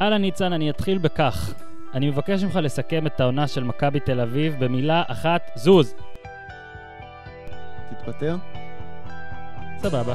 אהלן ניצן, אני אתחיל בכך. אני מבקש ממך לסכם את העונה של מכבי תל אביב במילה אחת, זוז. תתפטר? סבבה.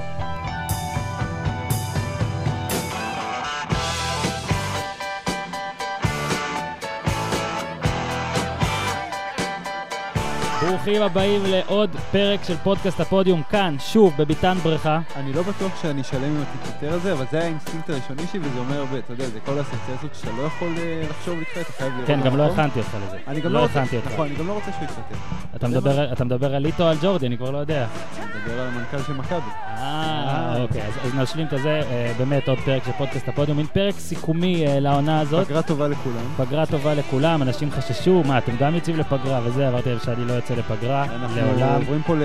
ברוכים הבאים לעוד פרק של פודקאסט הפודיום כאן, שוב, בביתן בריכה. אני לא בטוח שאני שלם עם התתפטר הזה, אבל זה האינסטינקט הראשוני שלי וזה אומר הרבה, אתה יודע, זה כל הסנסציות שאתה לא יכול אה, לחשוב איתך, אתה חייב לראות. כן, גם לא במקום. הכנתי אותך לזה. אני גם לא לא רוצה, הכנתי אותך. נכון, לא- אני גם לא רוצה שהוא יתפטר. אתה זה מדבר- אתה מדבר על איטו או על ג'ורדי? אני כבר לא יודע. אני מדבר על המנכ"ל של מכבי. אה, אה. אוקיי, אז, אז נשלים את הזה, אה, באמת עוד פרק של פודקאסט הפודיום, מין פרק סיכומי אה, לעונה הזאת. פגרה טובה לכולם. פגרה טובה לכולם, אנשים חששו, מה, אתם גם יוצאים לפגרה וזה, אמרתי להם שאני לא יוצא לפגרה, אנחנו לעולם. עוברים פה ל-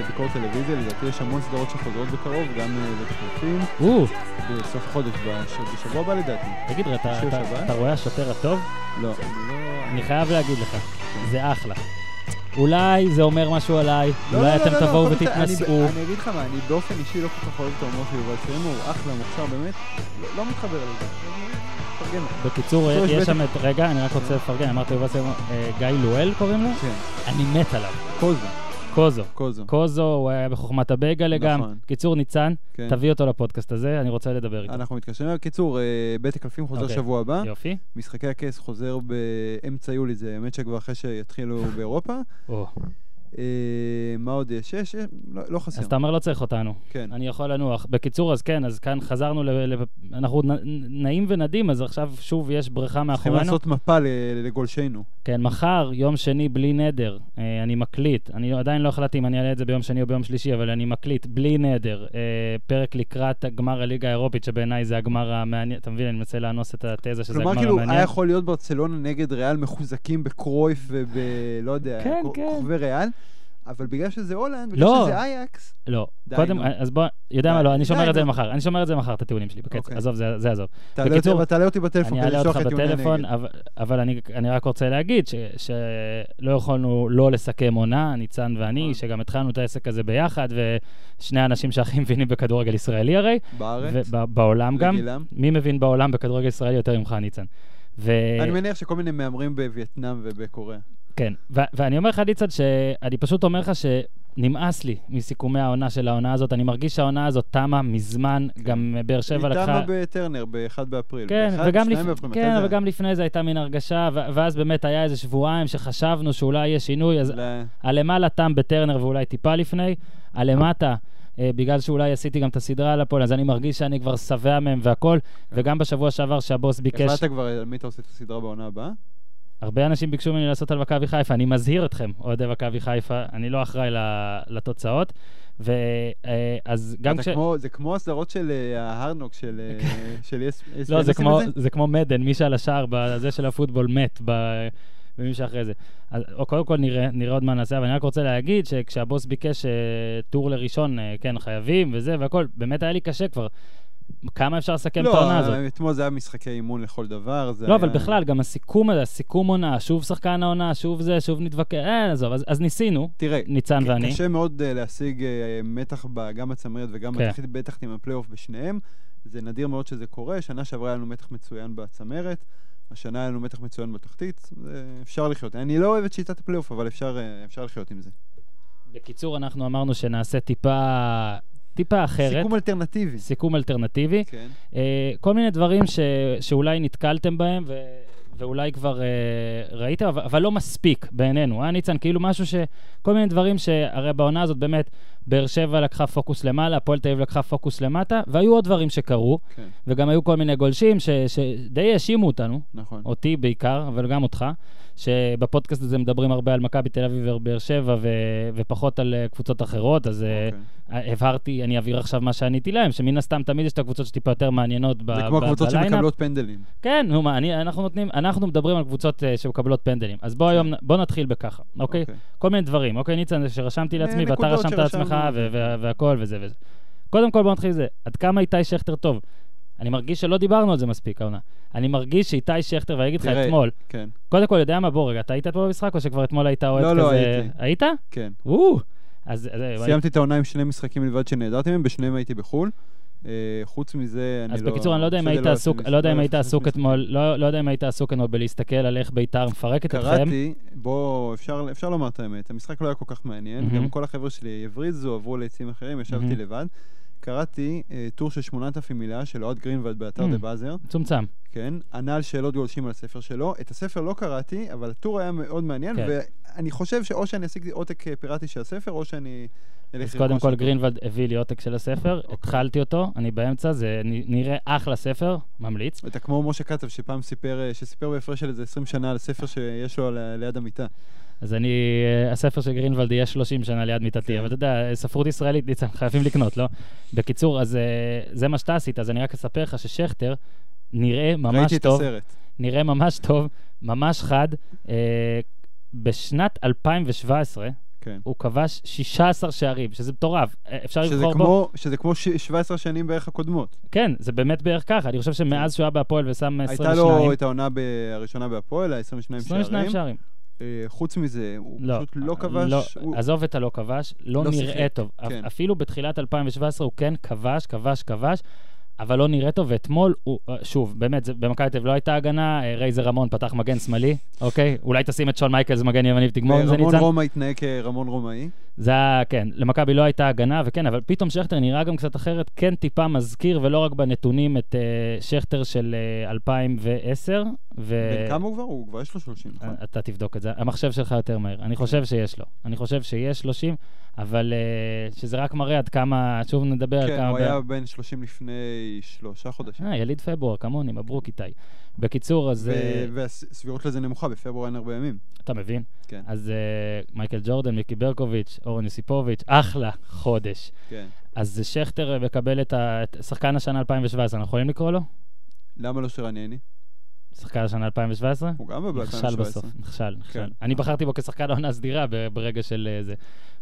לביקורת טלוויזיה, לדעתי יש המון סדרות שחוזרות בקרוב, גם אה, בתחלופים, או, בסוף חודש, בש- בשבוע הבא לדעתי. תגיד, אתה, שיר אתה, שבת? אתה רואה השוטר הטוב? לא, אני לא... אני חייב להגיד לך, זה אחלה. אולי זה אומר משהו עליי, לא, אולי אתם תבואו קודם כל, ותתנשאו. אני- אני אגיד לך מה, אני באופן אישי לא כל כך אוהב את ההומור של יובל סרימו, הוא אחלה, מוכשר, באמת, לא- לא מתחבר לזה. מפרגן לו. בקיצור, טוב, יש בטח. שם את, רגע, אני רק רוצה לפרגן, אמרתי יובל סלומון, אה, גיא לואל קוראים לו? כן, אני מת עליו, קוזו, קוזו. קוזו. קוזו, הוא היה בחוכמת הבייגלה גם. נכון. קיצור, ניצן, כן. תביא אותו לפודקאסט הזה, אני רוצה לדבר איתו. אנחנו מתקשרים אליו. בקיצור, אה, בית הקלפים חוזר אוקיי. שבוע הבא, יופי. משחקי הכס חוזר באמצע יולי, זה האמת שכבר אחרי שיתחילו באירופה. או. אה, מה עוד יש? יש, יש, לא לא חסר. אז אתה אומר לא צריך אותנו. כן. אני יכול לנוח. בקיצור, אז כן, אז כאן חזרנו ל... ל- אנחנו נ- נעים ונדים, אז עכשיו שוב יש בריכה צריכים מאחורינו. לעשות מפה ל- לגולשנו. כן, מחר, יום שני, בלי נדר. אה, אני מקליט. אני עדיין לא החלטתי אם אני אעלה את זה ביום שני או ביום שלישי, אבל אני מקליט, בלי נדר. אה, פרק לקראת גמר הליגה האירופית, שבעיניי זה הגמר המעניין. אתה מבין, אני מנסה לאנוס את התזה שזה הגמר כלומר, המעניין. כאילו, היה יכול להיות ברצלונה נגד ריאל מחוזקים בקרויף וב... לא יודע, כן, כ- כן. כוכבי ריאל, אבל בגלל שזה הולנד, בגלל לא. שזה אייקס, לא. די, קודם, נו. אז בוא, יודע די, מה, לא, אני שומר די, את זה נו. למחר. אני שומר את זה למחר, את הטיעונים שלי, בקצב. אוקיי. עזוב, זה זה יעזוב. תעלה בקיצור, אותי- אבל תעלה אותי בטלפון אני כדי אעלה אותך לשלוח את יוני בטלפון, נגד. אבל- אבל אני- אני רק רוצה להגיד ש- שלא יכולנו לא לסכם עונה, ניצן ואני, נכון. שגם התחלנו את העסק הזה ביחד, ושני האנשים שהכי מבינים בכדורגל ישראלי הרי, בארץ, ובעולם גם. לגילם. מי מבין בעולם בכדורגל ישראלי יותר ממך, ניצן? ו... אני מניח שכל מיני מהמרים בווייטנאם ובקוריאה. כן, ו- ואני אומר לך, ניצן, שאני פשוט אומר לך שנמאס לי מסיכומי העונה של העונה הזאת. אני מרגיש שהעונה הזאת תמה מזמן, כן. גם אה, באר שבע לקחה... איתמה בטרנר ב-1 באפריל. כן, ב-אחד, וגם, ב-שניים לפ... באפריל, מתי כן זה וגם לפני זה הייתה מין הרגשה, ו- ואז באמת היה איזה שבועיים שחשבנו שאולי יהיה שינוי, אז היה? ל- הלמעלה תם בטרנר ואולי טיפה לפני, הלמטה, אה, בגלל שאולי עשיתי גם את הסדרה על הפועל, אז אני מרגיש שאני כבר שבע מהם והכל, וגם בשבוע שעבר שהבוס ביקש, החלטת כבר על מי אתה עושה את הסדרה בעונה הבאה? הרבה אנשים ביקשו ממני לעשות על מכבי חיפה, אני מזהיר אתכם, אוהדי מכבי חיפה, אני לא אחראי ל- לתוצאות, ואז גם אתה כש... כמו- זה כמו הסדרות של אה, ההארנוק של אה, של יס... יס- לא, הם זה עושים כמו, את זה כמו מדן, מי שעל השער, בזה של הפוטבול מת, ב... במי שאחרי זה. אז או, קודם כל נראה, נראה עוד מה נעשה, אבל אני רק רוצה להגיד שכשהבוס ביקש אה, טור לראשון, אה, כן, חייבים וזה והכל, באמת היה לי קשה כבר. כמה אפשר לסכם את העונה כן, הזאת? לא, אתמול זה היה משחקי אימון לכל דבר. זה לא, אבל היה- בכלל, גם הסיכום הזה, הסיכום עונה, שוב שחקן העונה, שוב זה, שוב נתווכח, אה, עזוב, אז, אז ניסינו, תראה, ניצן ואני. קשה מאוד אה, להשיג אה, מתח ב- גם בצמרת וגם כן. בתחתית, בטח עם הפלייאוף בשניהם. זה נדיר מאוד שזה קורה. שנה שעברה היה לנו מתח מצוין בצמרת, השנה היה לנו מתח מצוין בתחתית. זה- אפשר לחיות. אני לא אוהב את שיטת הפלייאוף, אבל אפשר אה, אפשר לחיות עם זה. בקיצור, אנחנו אמרנו שנעשה טיפה, טיפה אחרת, סיכום אלטרנטיבי. סיכום אלטרנטיבי. כן. אה, כל מיני דברים ש, שאולי נתקלתם בהם ו, ואולי כבר אה, ראיתם, אבל, אבל לא מספיק בעינינו, אה, ניצן? כאילו משהו ש... כל מיני דברים שהרי בעונה הזאת באמת, באר שבע לקחה פוקוס למעלה, הפועל תל אביב לקחה פוקוס למטה, והיו עוד דברים שקרו, כן, וגם היו כל מיני גולשים ש, שדי האשימו אותנו, נכון. אותי בעיקר, אבל גם אותך, שבפודקאסט הזה מדברים הרבה על מכבי תל אביב ובאר שבע ו, ופחות על אה, קבוצות אחרות, אז... אה, אוקיי. הבהרתי, אני אבהיר עכשיו מה שעניתי להם, שמן הסתם תמיד יש את הקבוצות שטיפה יותר מעניינות ב- זה כמו ב- הקבוצות בליינאפ. שמקבלות פנדלים. כן, נו מה, אני, אנחנו נותנים, אנחנו מדברים על קבוצות אה, שמקבלות פנדלים. אז כן. בוא היום, בוא נתחיל בככה, אוקיי? כל מיני דברים, אוקיי, ניצן, שרשמתי אה, לעצמי, ואתה נקודות רשמת שרשמנו. לעצמך, ו- ו- והכל וזה וזה. קודם כל, בוא נתחיל עם זה. עד כמה איתי שכטר טוב? אני מרגיש שלא דיברנו על זה מספיק העונה. אני מרגיש שאיתי שכטר, ואני אגיד לך תראה. אתמול, כן, קודם כל, יודע מה, בוא רגע, אתה היית אתמול במשחק, או שכבר אתמול היית אוהד כזה... לא, לא, הייתי. היית? כן. וואו! אז... אה, אז- אוקיי, סיימתי את העונה עם שני משחקים לבד שנעדרתי מהם, בשניהם הייתי בחו"ל. אה, חוץ מזה, אני אז לא... בקיצור, אני לא יודע אם משתדל היית עסוק, לעשות- לא יודע אם היית לעשות עסוק משחקים. אתמול, לא לא יודע אם היית עסוק אתמול בלהסתכל על איך ביתר מפרקת אתכם. קראתי, בוא, אפשר, אפשר לומר את האמת, המשחק לא היה כל כך מעניין, מהמם. גם כל החבר'ה שלי הבריזו, עברו ליצים אחרים, ישבתי מהמם. לבד. קראתי אה, טור של 8,000 מילה של אוהד גרינוולד באתר Mm. דה באזר, מצומצם. כן, ענה על שאלות גולשים על הספר שלו. את הספר לא קראתי, אבל הטור היה מאוד מעניין, כן. ואני חושב שאו שאני אשיג עותק אה, פיראטי של הספר, או שאני... אלך אז לרכוש קודם כל, אותו. גרינוולד הביא לי עותק של הספר, אוקיי. התחלתי אותו, אני באמצע, זה נ- נראה אחלה ספר, ממליץ. אתה כמו משה קצב שפעם סיפר, אה, שסיפר בהפרש של איזה 20 שנה על ספר שיש לו על- ליד המיטה. אז אני, אה, הספר של גרינוולד יהיה 30 שנה ליד כן. מיטתי, אבל אתה יודע, ספרות ישראלית, ניצן, חייבים לקנות, לא? בקיצור, אז אה, זה מה שאתה עשית, אז אני רק אספר לך ששכטר נראה ממש ראיתי את טוב, אה, הסרט. נראה ממש טוב, ממש חד. אה, בשנת 2017 כן. הוא כבש 16 שערים, שזה מטורף. אה, אפשר שזה לבחור בו... כמו, שזה כמו ש- 17 שנים בערך הקודמות. כן, זה באמת בערך ככה. אני חושב שמאז שהוא היה בהפועל ושם 22... הייתה לו את העונה ב- הראשונה בהפועל, ה-22 22 שערים. שערים. אה, חוץ מזה, הוא לא. פשוט לא לא, כבש. הוא- עזוב את הלא כבש, לא לא נראה שיחק, טוב. אפ- כן. אפילו בתחילת 2017 הוא כן כבש, כבש, כבש. אבל לא נראה טוב, ואתמול הוא, אה, שוב, באמת, זה- במכבי תל אביב לא הייתה הגנה, אה, רייזר רמון פתח מגן שמאלי, אוקיי? אולי תשים את שון מייקלס מגן ימני ותגמור עם זה, רמון ניצן? רומא התנהג כרמון רומאי. זה היה, כן, למכבי לא הייתה הגנה, וכן, אבל פתאום שכטר נראה גם קצת אחרת, כן טיפה מזכיר, ולא רק בנתונים, את אה, שכטר של אה, 2010. ו... אה, בן כמה הוא כבר? הוא כבר יש לו 30, נכון? אתה תבדוק את זה, המחשב שלך יותר מהר. כן. אני חושב שיש לו. אני חושב שיש 30, אבל אה, שזה רק מראה עד כמה, שוב נדבר על כמה... כן, הוא ב- היה בן 30 לפני שלושה חודשים. אה, יליד פברואר, כמוני, מברוק איתי. בקיצור, אז... אה, ו- והסבירות לזה נמוכה, בפברואר אין הרבה ימים. אתה מבין? כן. אז אה, מייקל ג'ורדן, מיקי ברקוביץ', אורן יוסיפוביץ', אחלה חודש. כן. אז שכטר מקבל את ה- את שחקן השנה 2017, אנחנו יכולים לקרוא לו? למה לא שרן יני? שחקן השנה 2017? הוא גם בא נכשל בסוף, ב-2017. נכשל, נכשל. כן. אני בחרתי בו כשחקן העונה הסדירה ב- ברגע של אה, זה.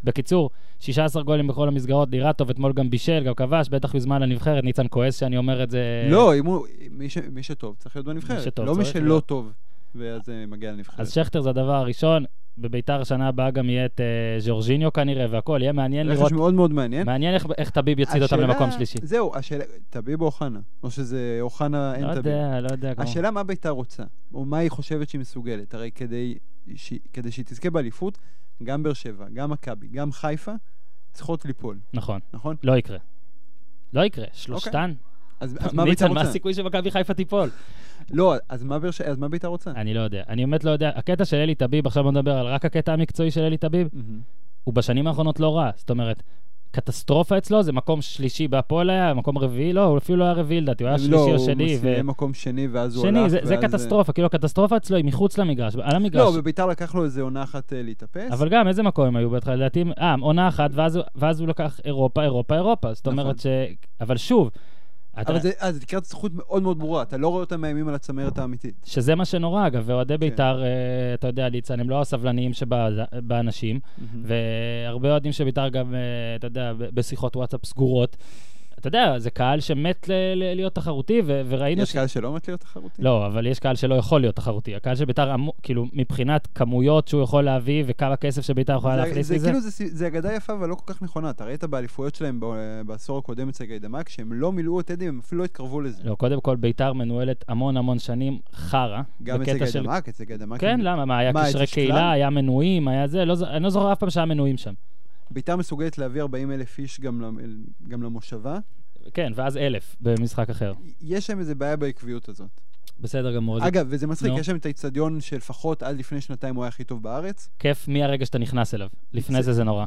בקיצור, 16 גולים בכל המסגרות, נראה טוב, אתמול גם בישל, גם כבש, בטח בזמן הנבחרת, ניצן כועס שאני אומר את זה. לא, אם הוא- מי ש- מי שטוב צריך להיות בנבחרת. אה, שטוב לא מי צריך שלא להיות. טוב, ואז אה, מגיע לנבחרת. אז שכטר זה הדבר הראשון, בביתר השנה הבאה גם יהיה את אה, ז'ורג'יניו כנראה והכל, יהיה מעניין לראות, רכש מאוד מאוד מעניין. מעניין איך- איך טביב יצעיד אותם השאלה- למקום שלישי. זהו, השאלה, טביב או אוחנה? או שזה אוחנה לא אין טביב? יודע, לא יודע. כמו- השאלה מה ביתר רוצה, או מה היא חושבת שהיא מסוגלת. הרי כדי שהיא- כדי שהיא תזכה באליפות, גם באר שבע, גם מכבי, גם חיפה, צריכות ליפול, נכון, נכון? לא יקרה. לא יקרה, אוקיי. שלושתן. אז אז מה ביתר ניצן, מה רוצה? הסיכוי שמכבי חיפה תיפול? לא, אז מה באר ש- אז מה ביתר רוצה? אני לא יודע. אני באמת לא יודע. הקטע של אלי טביב, עכשיו בוא נדבר על רק הקטע המקצועי של אלי טביב, מהמם. הוא בשנים האחרונות לא רע. זאת אומרת, קטסטרופה אצלו, זה מקום שלישי בהפועל היה, מקום רביעי, לא, הוא אפילו לא היה רביעי לדעתי, הוא היה לא, שלישי או הוא שני. ו- סיים מקום שני, ואז הוא הלך. שני, זה- זה ואז- אה, קטסטרופה, כאילו הקטסטרופה אצלו היא מחוץ למגרש, על המגרש. לא, בביתר לקח לו איזה עונה אחת אה, להתאפס. אבל גם, איזה מקום הם היו בהתחלה? לדעתי, אה, עונה אחת, ואז הוא- ואז הוא לקח אירופה, אירופה, אירופה. זאת נכון. אומרת ש... אבל שוב, אתה- אבל זה אז זה תקרת זכות מאוד מאוד ברורה, אתה לא רואה אותם מאיימים על הצמרת האמיתית. שזה מה שנורא, אגב, כן. ואוהדי בית"ר, אה, אתה יודע, ניצן, הם לא הסבלניים שבאנשים, מהמם. והרבה אוהדים של בית"ר גם, אה, אתה יודע, ב- בשיחות וואטסאפ סגורות. אתה יודע, זה קהל שמת ל- ל- להיות תחרותי, ו- וראינו... יש ש- קהל שלא מת להיות תחרותי? לא, אבל יש קהל שלא יכול להיות תחרותי. הקהל של בית"ר, אמור- כאילו, מבחינת כמויות שהוא יכול להביא וכמה כסף שבית"ר יכולה זה- להכניס זה לזה, כאילו, זה סי- זה אגדה יפה, אבל לא כל כך נכונה. אתה ראית באליפויות שלהם ב- בעשור הקודם אצל גיידמק, שהם לא מילאו את טדי, הם אפילו לא התקרבו לזה. לא, קודם כל, בית"ר מנוהלת המון המון שנים חרא. גם אצל לא, בקטע של- גיידמק, אצל גיידמק. כן, למה? מה, היה מה, קשרי אצל שכלל? קהילה, היה מנויים, היה זה, לא ז- אני לא זוכר אף פעם שהיה מנויים שם. ביתר מסוגלת להביא 40 אלף איש גם למ- גם למושבה. כן, ואז אלף במשחק אחר. יש שם איזה בעיה בעקביות הזאת. בסדר גמור, זה אגב, וזה מצחיק, נו. יש שם את האיצטדיון שלפחות עד לפני שנתיים הוא היה הכי טוב בארץ. כיף מהרגע שאתה נכנס אליו. לפני זה- זה זה נורא.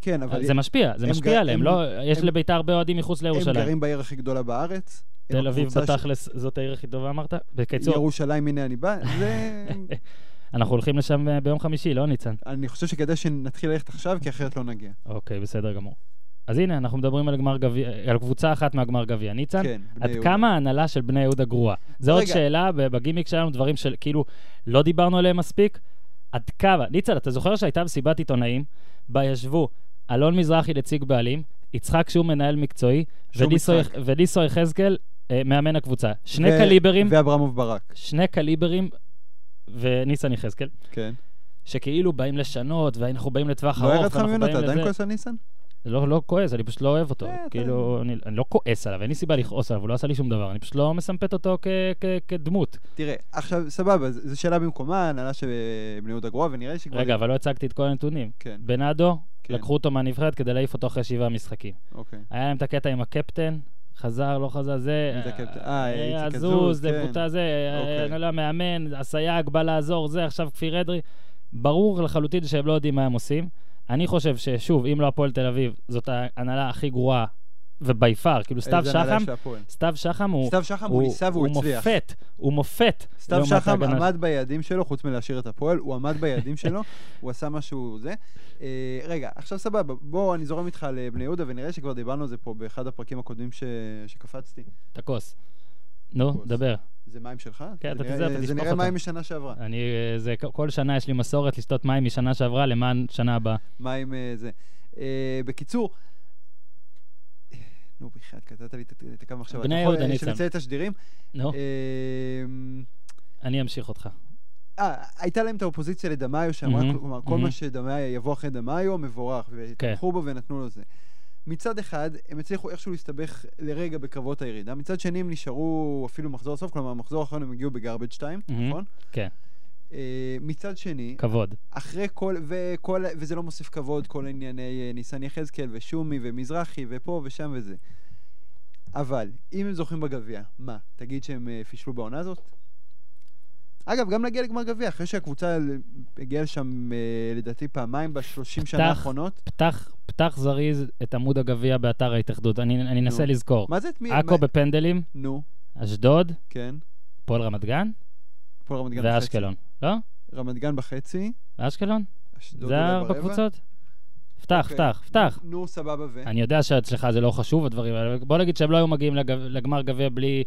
כן, אבל זה משפיע, זה הם משפיע גר- עליהם. הם- לא, יש הם- לביתר הרבה אוהדים מחוץ הם לירושלים. גרים בעיר הכי גדולה בארץ. הם תל אביב הקבוצה ש- בתכלס, זאת העיר הכי טובה אמרת? בקיצור, ירושלים, הנה אני בא. זה... אנחנו הולכים לשם אה, ביום חמישי, לא ניצן? אני חושב שכדאי שנתחיל ללכת עכשיו, כי אחרת לא נגיע. אוקיי, בסדר גמור. אז הנה, אנחנו מדברים על גמר גביע, על קבוצה אחת מהגמר גביע. ניצן, כן, בני עד יהודה. כמה ההנהלה של בני יהודה גרועה? זו עוד רגע. שאלה ב- בגימיק שלנו, דברים של כאילו לא דיברנו עליהם מספיק. עד כמה? ניצן, אתה זוכר שהייתה מסיבת עיתונאים, בה ישבו אלון מזרחי נציג בעלים, יצחק שהוא מנהל מקצועי, שום וניסו משחק. יח- וניסו יחזקאל אה, מאמן הקבוצה. שני ו- קליברים, ואברמוב ברק, שני קליברים, וניסן יחזקאל, כן. שכאילו באים לשנות, ואנחנו באים לטווח לא ארוך, ירד לך ואנחנו ממנו, באים אתה עדיין לזה. כועס על ניסן? לא, לא כועס, אני פשוט לא אוהב אותו. אה, אתה- כאילו, אני, אני לא כועס עליו, אין לי סיבה לכעוס עליו, הוא לא עשה לי שום דבר, אני פשוט לא מסמפת אותו כ, כ, כדמות. תראה, עכשיו, סבבה, ז- זו שאלה במקומה, הנהלה של אה, בני יהודה גרועה, ונראה לי שכבר... רגע, אבל לא הצגתי את כל הנתונים. כן, בנאדו, כן. לקחו אותו מהנבחרת כדי להעיף אותו אחרי שבעה משחקים. אוקיי. היה להם את הקטע עם הקפטן, חזר, לא חזר, זה... מי זה הקפטן? אה, איציק הזוז, עזוז, זה כן. פוטה, זה, אוקיי. אני לא מאמן, הסייג בא לעזור, זה, עכשיו כפיר אדרי. ברור לחלוטין שהם לא יודעים מה הם עושים. אני חושב ששוב, אם לא הפועל תל אביב, זאת ההנהלה הכי גרועה, ובי פאר, כאילו סתיו איזה הנהלה שחם, של הפועל. סתיו שחם הוא... סתיב שחם הוא ניסה והוא הוא הצליח. מופת, הוא מופת. סתיו לעומת שחם ההגנה. עמד ביעדים שלו, חוץ מלהשאיר את הפועל, הוא עמד ביעדים שלו, הוא עשה משהו זה. אה, רגע, עכשיו סבבה, בוא, אני זורם איתך לבני יהודה, ונראה שכבר דיברנו על זה פה באחד הפרקים הקודמים ש- שקפצתי. את הכוס. נו, הכוס. דבר. זה מים שלך? כן, זה אתה נראה- תיזהר, אתה זה תשפוך נראה אותם. מים משנה שעברה. אני, אה, זה, כל שנה יש לי מסורת לשתות מים משנה שעברה למען שנה הבאה. מים אה, זה. אה, בקיצור, אה, נו, בחייאת, קטעת לי את- את הקו עכשיו. בני יהודה ניצן. אה, שנצא את השדירים. נו, אה, אני אמשיך אותך. אה, הייתה להם את האופוזיציה לדמאיו, שאמרה, מהמם, כלומר, כל מהמם. כן. מה שדמאיו יבוא אחרי דמאיו, מבורך, ותמכו בו ונתנו לו זה. מצד אחד, הם הצליחו איכשהו להסתבך לרגע בקרבות הירידה, מצד שני הם נשארו אפילו מחזור סוף, כלומר, במחזור האחרון הם הגיעו בגארבג' 2, מהמם. נכון? כן. אה, מצד שני, כבוד. אחרי כל, וכל, וזה לא מוסיף כבוד, כל ענייני אה, ניסן יחזקאל ושומי ומזרחי ופה ושם וזה. אבל, אם הם זוכים בגביע, מה, תגיד שהם אה, פישלו בעונה הזאת? אגב, גם להגיע לגמר גביע, אחרי שהקבוצה ל- הגיעה לשם אה, לדעתי פעמיים ב-30 שנה פתח. האחרונות. פתח, פתח זריז את עמוד הגביע באתר ההתאחדות, אני, אני אנסה נו. לזכור. מה זה את מי? עכו מה- בפנדלים, נו, אשדוד, כן. פועל רמת גן הפועל רמת גן בחצי. ואשקלון. לא? רמת גן בחצי, אשקלון? אשדוד זה אולי ארבע לא ברבע. קבוצות? פתח, אוקיי. פתח, פתח. נו, סבבה ו... אני יודע שאצלך זה לא חשוב, הדברים האלה, אבל בוא נגיד שהם לא היו מגיעים לגב- לגמר גביע בלי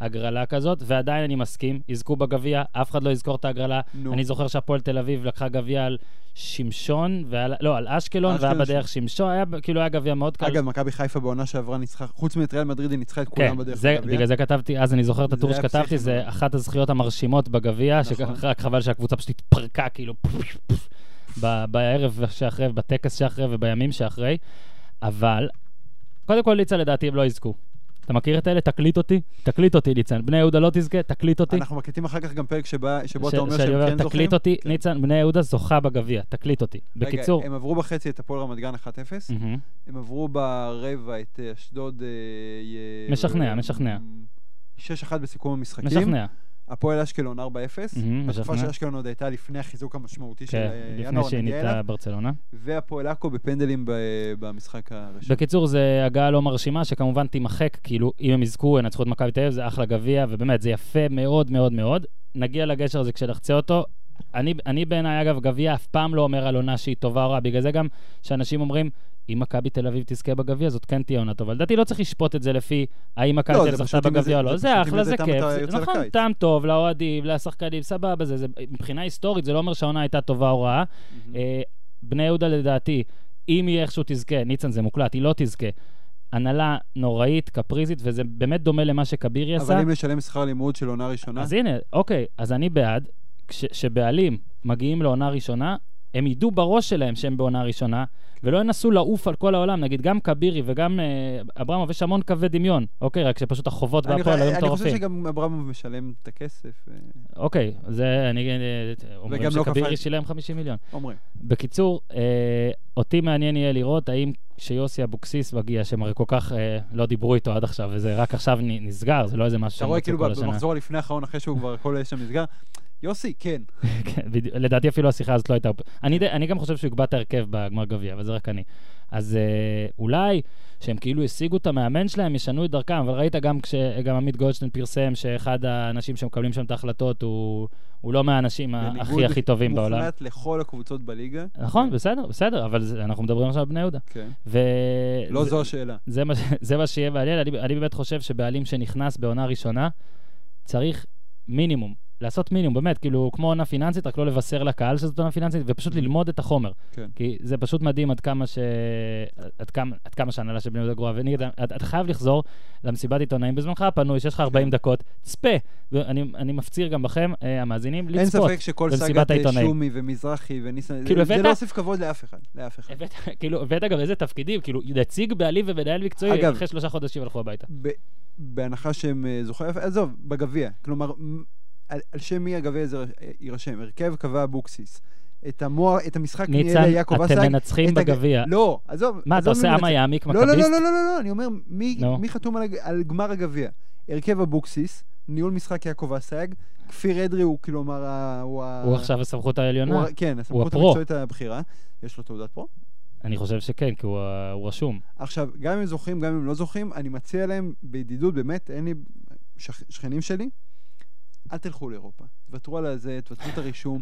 הגרלה כזאת, ועדיין אני מסכים, יזכו בגביע, אף אחד לא יזכור את ההגרלה. נו. אני זוכר שהפועל תל אביב לקחה גביע על שמשון, ועל- לא, על אשקלון, והיה אשקלון, בדרך שמשון, היה ב- כאילו היה גביע מאוד קל. אגב, מכבי חיפה בעונה שעברה ניצחה, חוץ מאת ריאל מדריד, היא ניצחה את כן, כולם בדרך זה, לגביע. בגלל זה כתבתי, אז אני זוכר את זה הטור היה שכתבתי, פסיכי מאוד. זה אחת הזכיות המרשימות בגביע, נכון. שרק חבל שהקבוצה פשוט התפרקה, כאילו, פפפ, פפפ, ב- בערב שאחרי, בטקס שאחרי ובימים שאחרי, אבל, קודם כל, ליצה לדעתי הם לא יזכו. אתה מכיר את אלה? תקליט אותי, תקליט אותי, ניצן. בני יהודה לא תזכה, תקליט אותי. אנחנו מקליטים אחר כך גם פרק שבה- שבו ש- אתה אומר שאני שהם כן זוכים. תקליט אותי, ניצן, בני יהודה זוכה בגביע, תקליט אותי. בקיצור, Mm. רגע, הם עברו בחצי את הפועל רמת גן 1-0, מהמם. הם עברו ברבע את אה, אשדוד... אה, י- משכנע, משכנע. 6-1 בסיכום המשחקים. משכנע. הפועל אשקלון 4-0. מהמם, בתקופה משכנע. שאשקלון עוד הייתה לפני החיזוק המשמעותי של כן, אה, לפני ינואר, נגיע שהיא אליו. ברצלונה. והפועל עכו בפנדלים ב- במשחק הראשון. בקיצור, זו הגעה לא מרשימה, שכמובן תימחק, כאילו, אם הם יזכו, ינצחו את מכבי תל אביב, זה אחלה גביע, ובאמת, זה יפה מאוד מאוד מאוד. נגיע לגשר הזה כשנחצה אותו. אני, אני בעיניי, אגב, גביע אף פעם לא אומר על עונה שהיא טובה או רעה, בגלל זה גם שאנשים אומרים, אם מכבי תל אביב תזכה בגביע, זאת כן תהיה עונה טובה. לדעתי לא צריך לשפוט את זה לפי האם מכבי לא, תל אביב זה זכתה פשוט עם איזה- בגביע או לא. זה זה פשוט עם אחלה, איזה זה טעם כיף. אתה זה- יוצא נכון, לקיץ. טעם טוב לאוהדים, לשחקנים, סבבה, זה, זה, מבחינה היסטורית זה לא אומר שהעונה הייתה טובה או רעה. מהמם. אה, בני יהודה לדעתי, אם היא איכשהו תזכה, ניצן זה מוקלט, היא לא תזכה. הנהלה נוראית, קפריזית, וזה באמת דומה למה שכבירי עשה. אבל אם לשלם שכר לימוד של עונה ראשונה, אז הנה, אוקיי, אז אני בעד שבעלים מגיעים לעונה ראשונה, הם ידעו בראש שלהם שהם בעונה ראשונה, ולא ינסו לעוף על כל העולם. נגיד, גם כבירי וגם אה, אברמוב, יש המון קווי דמיון, אוקיי? רק שפשוט החובות אני בהפועל היו אני חושב מטורפים. שגם אברמוב משלם את הכסף, אה, אוקיי, זה, אני... אה, אומרים וגם לא שכבירי כפה- שילם 50 מיליון. אומרים. בקיצור, אה, אותי מעניין יהיה לראות האם כשיוסי אבוקסיס מגיע, שהם הרי כל כך אה, לא דיברו איתו עד עכשיו, וזה רק עכשיו נ- נסגר, זה לא איזה משהו אתה שהם רואה רצו כאילו כל השנה. במחזור הלפני האחרון, אחרי שהוא כבר הכל שם נסגר, יוסי, כן. כן, בדיוק. לדעתי אפילו השיחה הזאת לא הייתה... אני, ד- אני גם חושב שהוא יקבע את ההרכב בגמר גביע, אבל זה רק אני. אז אה, אולי שהם כאילו השיגו את המאמן שלהם, ישנו את דרכם, אבל ראית גם כשגם עמית גולדשטיין פרסם שאחד האנשים שמקבלים שם את ההחלטות הוא, הוא לא מהאנשים ה- הכי הכי טובים בעולם. מוחלט לכל הקבוצות בליגה. נכון, בסדר, בסדר, אבל זה, אנחנו מדברים עכשיו על בני יהודה. כן. ו... לא זה- זו השאלה. זה מה, ש- זה מה שיהיה מעניין. אני, אני באמת חושב שבעלים שנכנס בעונה ראשונה, צריך מינימום לעשות מינימום, באמת, כאילו, כמו עונה פיננסית, רק לא לבשר לקהל שזאת עונה פיננסית, ופשוט ללמוד את החומר. Mm-hmm. כן. כי זה פשוט מדהים עד כמה ש... עד כמה, עד כמה שההנהלה של בני יהודה גרועה. ונגיד, אתה אתה חייב לחזור למסיבת עיתונאים בזמנך הפנוי, כן. שיש לך 40 דקות, צפה. ואני אני מפציר גם בכם, אה, המאזינים, אין לצפות. ספק שכל במסיבת סאגת אה, העיתונאים. שומי ומזרחי וניסן... כאילו, כאילו זה הבאת- לא הוסיף כבוד לאף אחד, לאף אחד. הבאת, כאילו, הבאת גם איזה תפקידים, כאילו, נציג בעלים ומנהל מקצועי, אגב- אחרי שלושה חודשים הלכו הביתה. ב- בהנחה שהם אה, זוכרים, עזוב, בגביע. כלומר, מ- על, על שם מי הגביע הזה אה, יירשם? הרכב קבע אבוקסיס. את, המוע... את המשחק ניהל ניצן, יעקב אסג. אתם מנצחים את הג- בגביע. לא, עזוב. מה, אתה עזוב עושה מי עם מנצח. היעמיק לא, לא, מכביסט? לא, לא, לא, לא, אני אומר, מי, נו. מי חתום על, הג- על גמר הגביע? הרכב אבוקסיס, ניהול משחק יעקב אסג, כפיר אדרי הוא כלומר ה... הוא, ה- הוא עכשיו הסמכות העליונה. לא. הוא ה- כן, הסמכות הפרו. המקצועית הבכירה. יש לו תעודת פרו. אני חושב שכן, כי הוא, אה, הוא רשום. עכשיו, גם אם הם זוכרים, גם אם הם לא זוכרים, אני מציע להם בידידות, באמת, אין לי... שכ... שכנים שלי, אל תלכו לאירופה. תוותרו על זה, תוותרו את הרישום.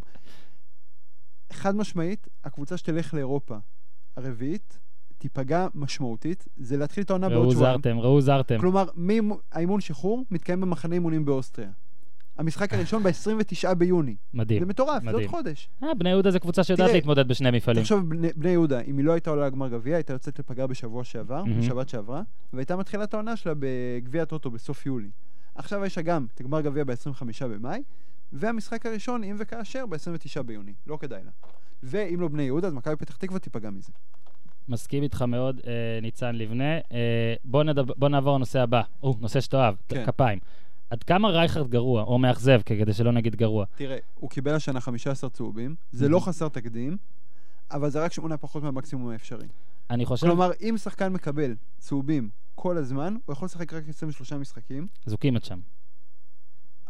חד משמעית, הקבוצה שתלך לאירופה הרביעית, תיפגע משמעותית, זה להתחיל את העונה ראו בעוד שבועיים. זרתם, ראו זרתם. כלומר, מאימ- האימון שחרור מתקיים במחנה אימונים באוסטריה. המשחק הראשון ב-29 ביוני. מדהים. זה מטורף, זה עוד כן, מדהים. חודש. אה, בני יהודה זה קבוצה שיודעת תראה, להתמודד בשני מפעלים. תחשוב, בני- בני יהודה, אם היא לא הייתה עולה לגמר גביע, הייתה יוצאת לפגרה בשבוע שעבר, מהמם. בשבת שעברה, והייתה מתחילה את העונה שלה בגביע הטוטו בסוף יולי. עכשיו יש לה גם את הגמר גביע ב-25 במאי, והמשחק הראשון, אם וכאשר, ב-29 ביוני. לא כדאי לה. ואם לא בני יהודה, אז מכבי פתח תקווה תיפגע מזה. מסכים איתך מאוד, אה, ניצן לבנה. אה, בוא, נדב, בוא נעבור לנושא הבא. או, נושא שתאהב, כן. כפיים. עד כמה רייכרד גרוע, או מאכזב, כ- כדי שלא נגיד גרוע. תראה, הוא קיבל השנה 15 צהובים, זה לא חסר תקדים, אבל זה רק שמונה פחות מהמקסימום האפשרי. אני חושב, כלומר, אם שחקן מקבל צהובים כל הזמן, הוא יכול לשחק רק 23 משחקים. אז הוא כמעט שם.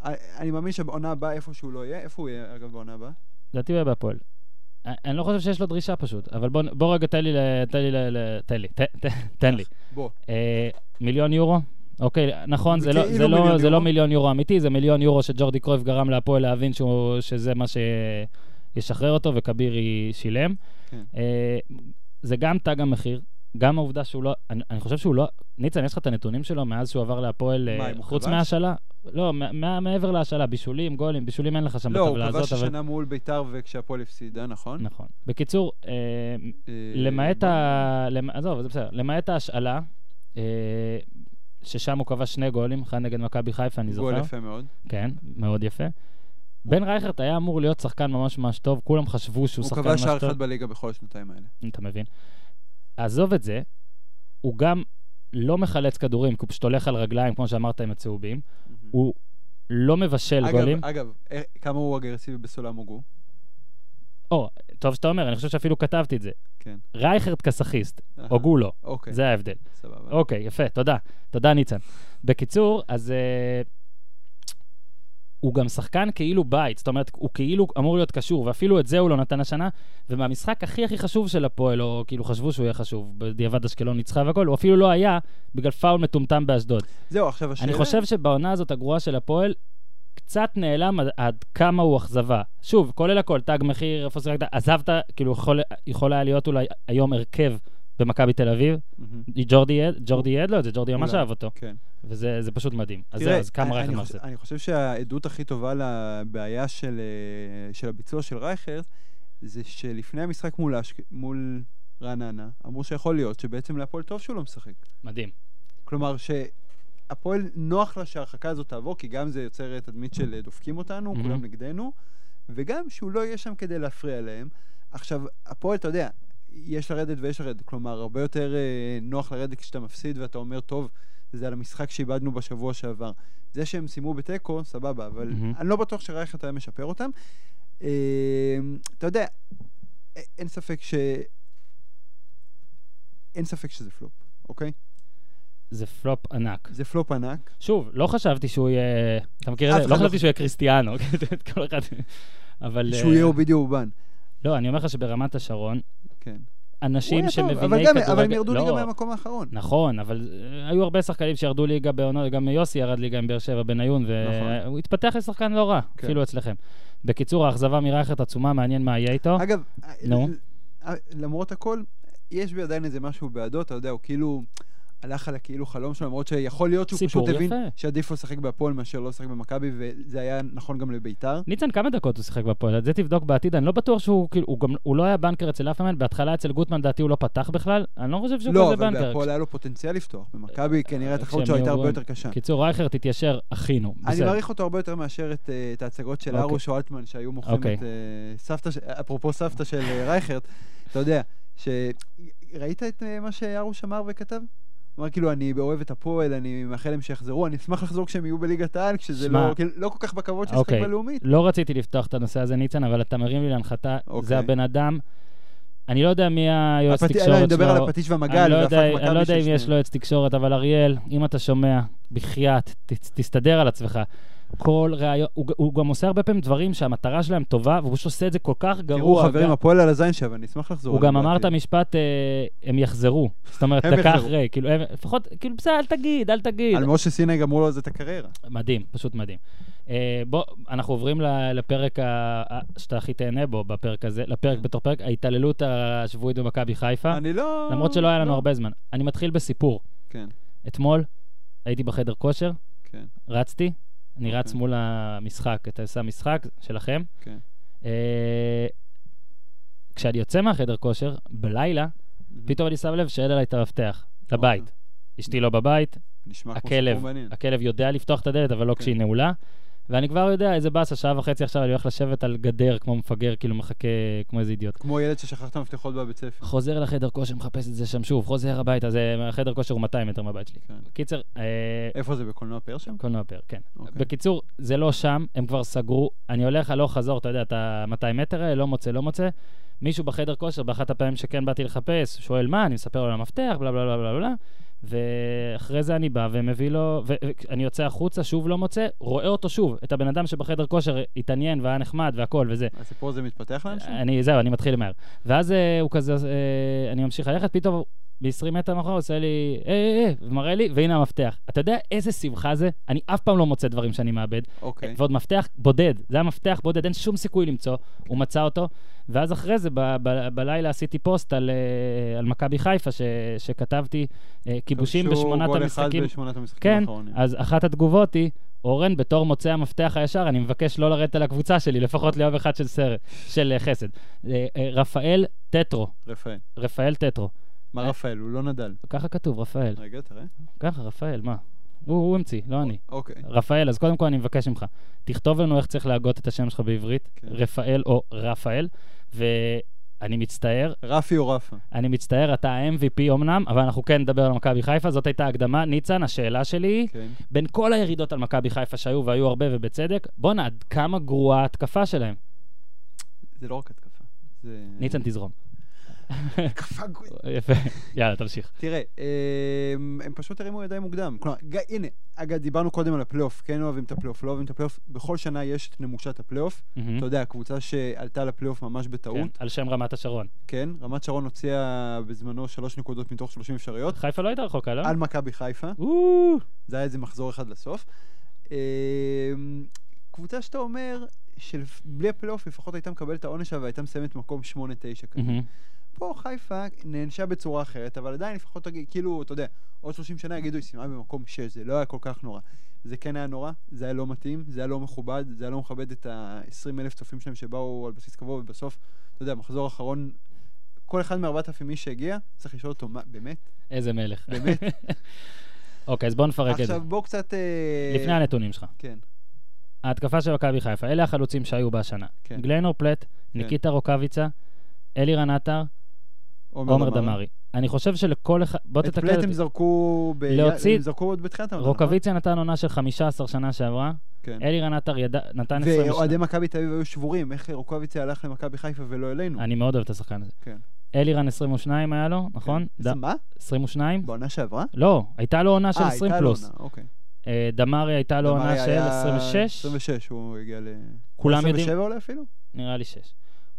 א- אני מאמין שבעונה הבאה, איפה שהוא לא יהיה, איפה הוא יהיה, אגב, בעונה הבאה? לדעתי הוא היה בהפועל. אני- אני לא חושב שיש לו דרישה פשוט, אבל בוא, בוא רגע, תן לי, ל- תן לי, ל- ל- תן לי, ת- ת- תן לי. בוא, אה, מיליון יורו? אוקיי, נכון, זה לא, כאילו זה, לא, מיליון זה לא יורו. מיליון יורו אמיתי, זה מיליון יורו שג'ורדי קרויף גרם להפועל להבין שהוא, שזה מה שישחרר אותו, וכבירי שילם. כן. אה, זה גם תג המחיר, גם העובדה שהוא לא... אני, אני חושב שהוא לא... ניצן, יש לך את הנתונים שלו מאז שהוא עבר להפועל, מה, אה, אם הוא חוץ כבש? מהשאלה? לא, מה, מה, מעבר להשאלה, בישולים, גולים, בישולים אין לך שם לא, הוא בטבלה כבש הזאת, אבל... השנה מול ביתר וכשהפועל הפסידה, נכון? נכון. בקיצור, אה, אה, למעט בוא. ה... למ- עזוב, זה בסדר. למעט ההשאלה, אה, ששם הוא כבש שני גולים, אחד נגד מכבי חיפה, אני זוכר. גול יפה מאוד. כן, מאוד יפה. בן רייכרט היה אמור להיות שחקן ממש ממש טוב, כולם חשבו שהוא הוא שחקן כבש ממש שער טוב. אחד בליגה בכל השנתיים האלה. אתה מבין? עזוב את זה, הוא גם לא מחלץ כדורים, כי הוא פשוט הולך על רגליים, כמו שאמרת, עם הצהובים. הוא לא מבשל אגב- גולים. אגב, אה, כמה הוא אגרסיבי בסולם הוגו? או, טוב שאתה אומר, אני חושב שאפילו כתבתי את זה. אה- כן. רייכרט כסאחיסט, אהה. הוגו לו, אוקיי, זה ההבדל. סבבה. אוקיי, יפה, תודה. תודה, ניצן. בקיצור, אז אה, הוא גם שחקן כאילו בית, זאת אומרת, הוא כאילו אמור להיות קשור, ואפילו את זה הוא לא נתן השנה, ומהמשחק הכי הכי חשוב של הפועל, או כאילו חשבו שהוא יהיה חשוב, בדיעבד אשקלון ניצחה והכל, הוא אפילו לא היה בגלל פאול מטומטם באשדוד. זהו, עכשיו השאלה... אני חושב שבעונה הזאת הגרועה של הפועל, קצת נעלם עד, עד כמה הוא אכזבה. שוב, כולל הכל, תג מחיר, איפה שיחקת, עזבת, כאילו יכול, יכול היה להיות אולי היום הרכב במכבי תל אביב, מהמם. ג'ורדי יד, ג'ורדי יד לו את זה, ג'ורדי ממש אולי. אהב אותו. כן. וזה זה פשוט מדהים. אז תראה, זהו, אז כמה אני- רייכר אני מרסט. חושב- אני חושב שהעדות הכי טובה לבעיה של, אה, של הביצוע של רייכרד, זה שלפני המשחק מול, אשק... מול רעננה, אמרו שיכול להיות שבעצם להפועל טוב שהוא לא משחק. מדהים. כלומר, שהפועל נוח לה שההרחקה הזאת תעבור, כי גם זה יוצר תדמית של אה, דופקים אותנו, מהמם. כולם נגדנו, וגם שהוא לא יהיה שם כדי להפריע להם. עכשיו, הפועל, אתה יודע, יש לרדת ויש לרדת, כלומר, הרבה יותר אה, נוח לרדת כשאתה מפסיד ואתה אומר, טוב, זה על המשחק שאיבדנו בשבוע שעבר. זה שהם סיימו בתיקו, סבבה, אבל מהמם. אני לא בטוח שרייכרד היה משפר אותם. אה, אתה יודע, א- אין ספק ש... אין ספק שזה פלופ, אוקיי? זה פלופ ענק. זה פלופ ענק. שוב, לא חשבתי שהוא יהיה... אתה מכיר את אף זה? אחד לא לא חשבתי חשב. שהוא יהיה קריסטיאנו. כן, כל אחד... אבל... שהוא אה, יהיה אובידי אובן. לא, אני אומר לך שברמת השרון, כן. אנשים הוא היה טוב, שמביני אבל כדורגל... גם- אבל הם ירדו ליגה לא, מהמקום האחרון. נכון, אבל אה, היו הרבה שחקנים שירדו ליגה בעונות, גם יוסי ירד ליגה עם באר שבע, בניון, נכון. והוא התפתח לשחקן לא רע, כן. אפילו אצלכם. בקיצור, האכזבה מרייכרט עצומה, מעניין מה יהיה איתו. אגב, נו. ל- למרות הכל, יש בי עדיין איזה משהו בעדו, אתה יודע, הוא כאילו... הלך על הכאילו חלום שלו, למרות שיכול להיות שהוא סיפור פשוט הבין יפה. שעדיף לו לשחק בהפועל מאשר לא לשחק במכבי, וזה היה נכון גם לביתר. ניצן, כמה דקות הוא שיחק בפועל? את זה תבדוק בעתיד. אני לא בטוח שהוא, כאילו, הוא גם, הוא לא היה בנקר אצל אף אחד. בהתחלה אצל גוטמן, דעתי, הוא לא פתח בכלל. אני לא חושב שהוא לא, כזה אבל בנקר. בהפועל היה לו פוטנציאל לפתוח. במכבי כנראה כשהם התחרות שלו היו הייתה הרבה גרועים. יותר קשה. קיצור, רייכר תתיישר, אחינו. אני בסדר. מעריך אותו הרבה יותר מאשר את, אה, את ההצגות של אוקיי. ארוש או אלטמן, שהיו מוכרים אוקיי. את אה, סבתא, ש- אפרופו סבתא של אה, רייכרט, אתה יודע, ש... ראית את אה, מה שארוש אמר וכתב? הוא אמר כאילו, אני אוהב את הפועל, אני מאחל להם שיחזרו, אני אשמח לחזור כשהם יהיו בליגת העל, כשזה שמע, לא, כאילו, לא כל כך בכבוד שישחק אוקיי. בלאומית. לא רציתי לפתוח את הנושא הזה, ניצן, אבל אתה מרים לי להנחתה. אוקיי. זה הבן אדם. אני לא יודע מי היועץ הפטיש- תקשורת לא, שלו. אני מדבר על הפטיש והמגל, אני לא והפק יודע- מכבי אני לא יודע של אם יש שניהם. לו יועץ תקשורת, אבל אריאל, אם אתה שומע, בחייאת, ת- תסתדר על עצמך. כל ראיון, הוא, ג- הוא גם עושה הרבה פעמים דברים שהמטרה שלהם טובה, והוא פשוט עושה את זה כל כך גרוע. תראו, חברים, גם- הפועל על הזין שם, אני אשמח לחזור. הוא אליו גם אמר את בעתיד. המשפט, אה, הם יחזרו. זאת אומרת, הם דקה יחזרו. אחרי, כאילו, הם- לפחות, כאילו, בסדר, אל תגיד, אל תגיד. על משה סיני גמרו לו אז את הקריירה. מדהים, פשוט מדהים. אה, בוא, אנחנו עוברים ל- לפרק ה- ה- שאתה הכי תהנה בו בפרק הזה, לפרק בתוך פרק, ההתעללות השבועית במכבי חיפה, כן. אני לא... אה? למרות שלא היה לנו לא. הרבה זמן. אני מתחיל בסיפור. כן, אתמול הייתי בחדר כושר, כן, רצתי, אני רץ אוקיי. מול המשחק, את עושה המשחק שלכם. כן. אה, כשאני יוצא מהחדר כושר, בלילה, פתאום אני שם לב שאין עליי את המפתח, לבית. אוקיי. אשתי לא בבית, נשמע כמו הכלב. סיפור מעניין. הכלב יודע לפתוח את הדלת, אבל לא כן. כשהיא נעולה. ואני כבר יודע איזה באסה, שעה וחצי עכשיו אני הולך לשבת על גדר כמו מפגר, כאילו מחכה כמו איזה אידיוט. כמו ילד ששכח את המפתחות בבית ספר. חוזר לחדר כושר, מחפש את זה שם שוב, חוזר הביתה, זה, החדר כושר הוא 200 מטר מהבית שלי. כן. קיצר, אה, איפה זה, בקולנוע פאר שם? קולנוע פאר, כן. אוקיי. בקיצור, זה לא שם, הם כבר סגרו, אני הולך הלוך חזור, אתה יודע, את ה-200 מטר האלה, לא מוצא, לא מוצא. מישהו בחדר כושר, באחת הפעמים שכן באתי לחפש, שואל מה, אני מספר לו על המפתח, בלה בלה בלה בלה בלה, ואחרי זה אני בא ומביא לו, ו- ואני יוצא החוצה, שוב לא מוצא, רואה אותו שוב, את הבן אדם שבחדר כושר התעניין והיה נחמד והכל וזה. הסיפור הזה מתפתח לאנשים? אני, זהו, אני מתחיל מהר. ואז אה, הוא כזה, אה, אני ממשיך ללכת, פתאום ב-20 מטר מאחור הוא עושה לי, אה, אה, אה, ומראה לי, והנה המפתח. אתה יודע איזה שמחה זה? אני אף פעם לא מוצא דברים שאני מאבד. אוקיי. ועוד מפתח בודד, זה היה מפתח בודד, אין שום סיכוי למצוא, אוקיי. הוא מצא אותו. ואז אחרי זה, ב- ב- בלילה עשיתי פוסט על, אה, על מכבי חיפה, ש- שכתבתי אה, כיבושים כבשו בשמונת גול אחד המשחקים. בשמונת המשחקים כן, האחרונים. אז אחת התגובות היא, אורן, בתור מוצא המפתח הישר, אני מבקש לא לרדת על הקבוצה שלי, אוקיי. לפחות ליום אחד של סרט, של אה, חסד. אה, אה, רפאל טטרו, רפאל. רפאל טטרו. מה אה. רפאל? הוא לא נדל. ככה כתוב, רפאל. רגע, תראה. ככה, רפאל, מה? הוא הוא המציא, לא אני. אוקיי. רפאל, אז קודם כל אני מבקש ממך, תכתוב לנו איך צריך להגות את השם שלך בעברית, כן. רפאל או רפאל, ואני מצטער, רפי או רפה? אני מצטער, אתה ה-MVP אמנם, אבל אנחנו כן נדבר על מכבי חיפה, זאת הייתה הקדמה. ניצן, השאלה שלי היא, כן. בין כל הירידות על מכבי חיפה שהיו, והיו הרבה ובצדק, בואנה, עד כמה גרועה ההתקפה שלהם. זה לא רק התקפה. זה... ניצן, תזרום. התקפה גו- יפה, יאללה, תמשיך. תראה, אמ, הם, הם פשוט הרימו ידיים מוקדם. כלומר, ג, הנה, אגב, דיברנו קודם על הפלייאוף, כן אוהבים את הפלייאוף, לא אוהבים את הפלייאוף. בכל שנה יש את נמושת הפלייאוף. מהמם. אתה יודע, הקבוצה שעלתה לפלייאוף ממש בטעות, כן, על שם רמת השרון. כן. רמת שרון הוציאה בזמנו שלוש נקודות מתוך 30 אפשריות. חיפה לא הייתה רחוקה, לא? על כן. מכבי חיפה. או, זה היה איזה מחזור אחד לסוף. אמ, קבוצה שאתה אומר, שבלי הפלייאוף לפחות הייתה מקבלת את העונש שלה והייתה מסיימת מקום 8-9 כזה. מהמם. פה חיפה נענשה בצורה אחרת, אבל עדיין לפחות, תגיד, כאילו, אתה יודע, עוד 30 שנה יגידו, היא סיימה במקום 6, זה לא היה כל כך נורא. זה כן היה נורא, זה היה לא מתאים, זה היה לא מכובד, זה היה לא מכבד את ה-20 אלף צופים שלהם שבאו על בסיס קבוע, ובסוף, אתה יודע, מחזור האחרון, כל אחד מ-4,000 איש שהגיע, צריך לשאול אותו, מה, באמת? איזה מלך. באמת? אוקיי, אז בואו נפרק את זה. עכשיו בואו קצת... אה, לפני הנתונים שלך. כן. ההתקפה של מכבי חיפה, אלה החלוצים שהיו בה השנה. כן. גליינור פלט, ניקיטה רוקאביצה, אלירן עטר, עומר דמארי. אני חושב שלכל אחד... בוא את תתקן פלט אותי. הם זרקו... ב... להוציא- הם זרקו עוד בתחילת העונה. רוקאביצה נתן עונה של 15 שנה שעברה, נכון? כן. אלירן עטר ידע- נתן 20 ואוהדי מכבי תל אביב היו שבורים, איך רוקאביצה הלך למכבי חיפה ולא אלינו. אני מאוד אוהב את השחקן הזה. כן. אלירן 22 היה לו, נכון? כן. ד- אז מה? 22? בעונה שעברה? לא, הייתה לו עונה של אה, 20 הייתה לו פלוס. עונה, אוקיי. אה, דמארי הייתה לו עונה דמרי של היה 26, 26, הוא הגיע ל... כולם יודעים, 27 אולי אפילו? נראה לי 6.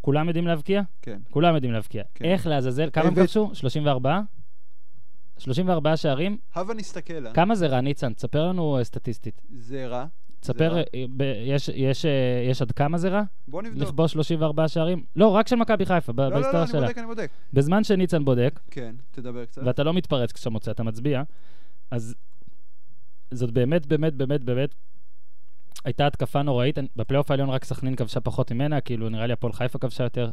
כולם יודעים להבקיע? כן. כולם יודעים להבקיע. כן. איך לעזאזל, כמה הם הבאת- כבשו? 34? 34 שערים? הבה נסתכל, אה? כמה זה רע, ניצן? תספר לנו אה, סטטיסטית. זה רע. תספר, רע. אה, ב- יש- יש, אה, יש עד כמה זה רע? בוא נבדוק. לכבוש 34 שערים? לא, רק של מכבי חיפה, ב- לא, לא, לא, בהיסטוריה אני שלה. בודק, אני בודק. בזמן שניצן בודק, כן, תדבר קצת. ואתה לא מתפרץ כשאתה מוצא, אתה מצביע, אז זאת באמת, באמת, באמת, באמת, הייתה התקפה נוראית. אני- בפלייאוף העליון רק סכנין כבשה פחות ממנה, כאילו, נראה לי הפועל חיפה כבשה יותר.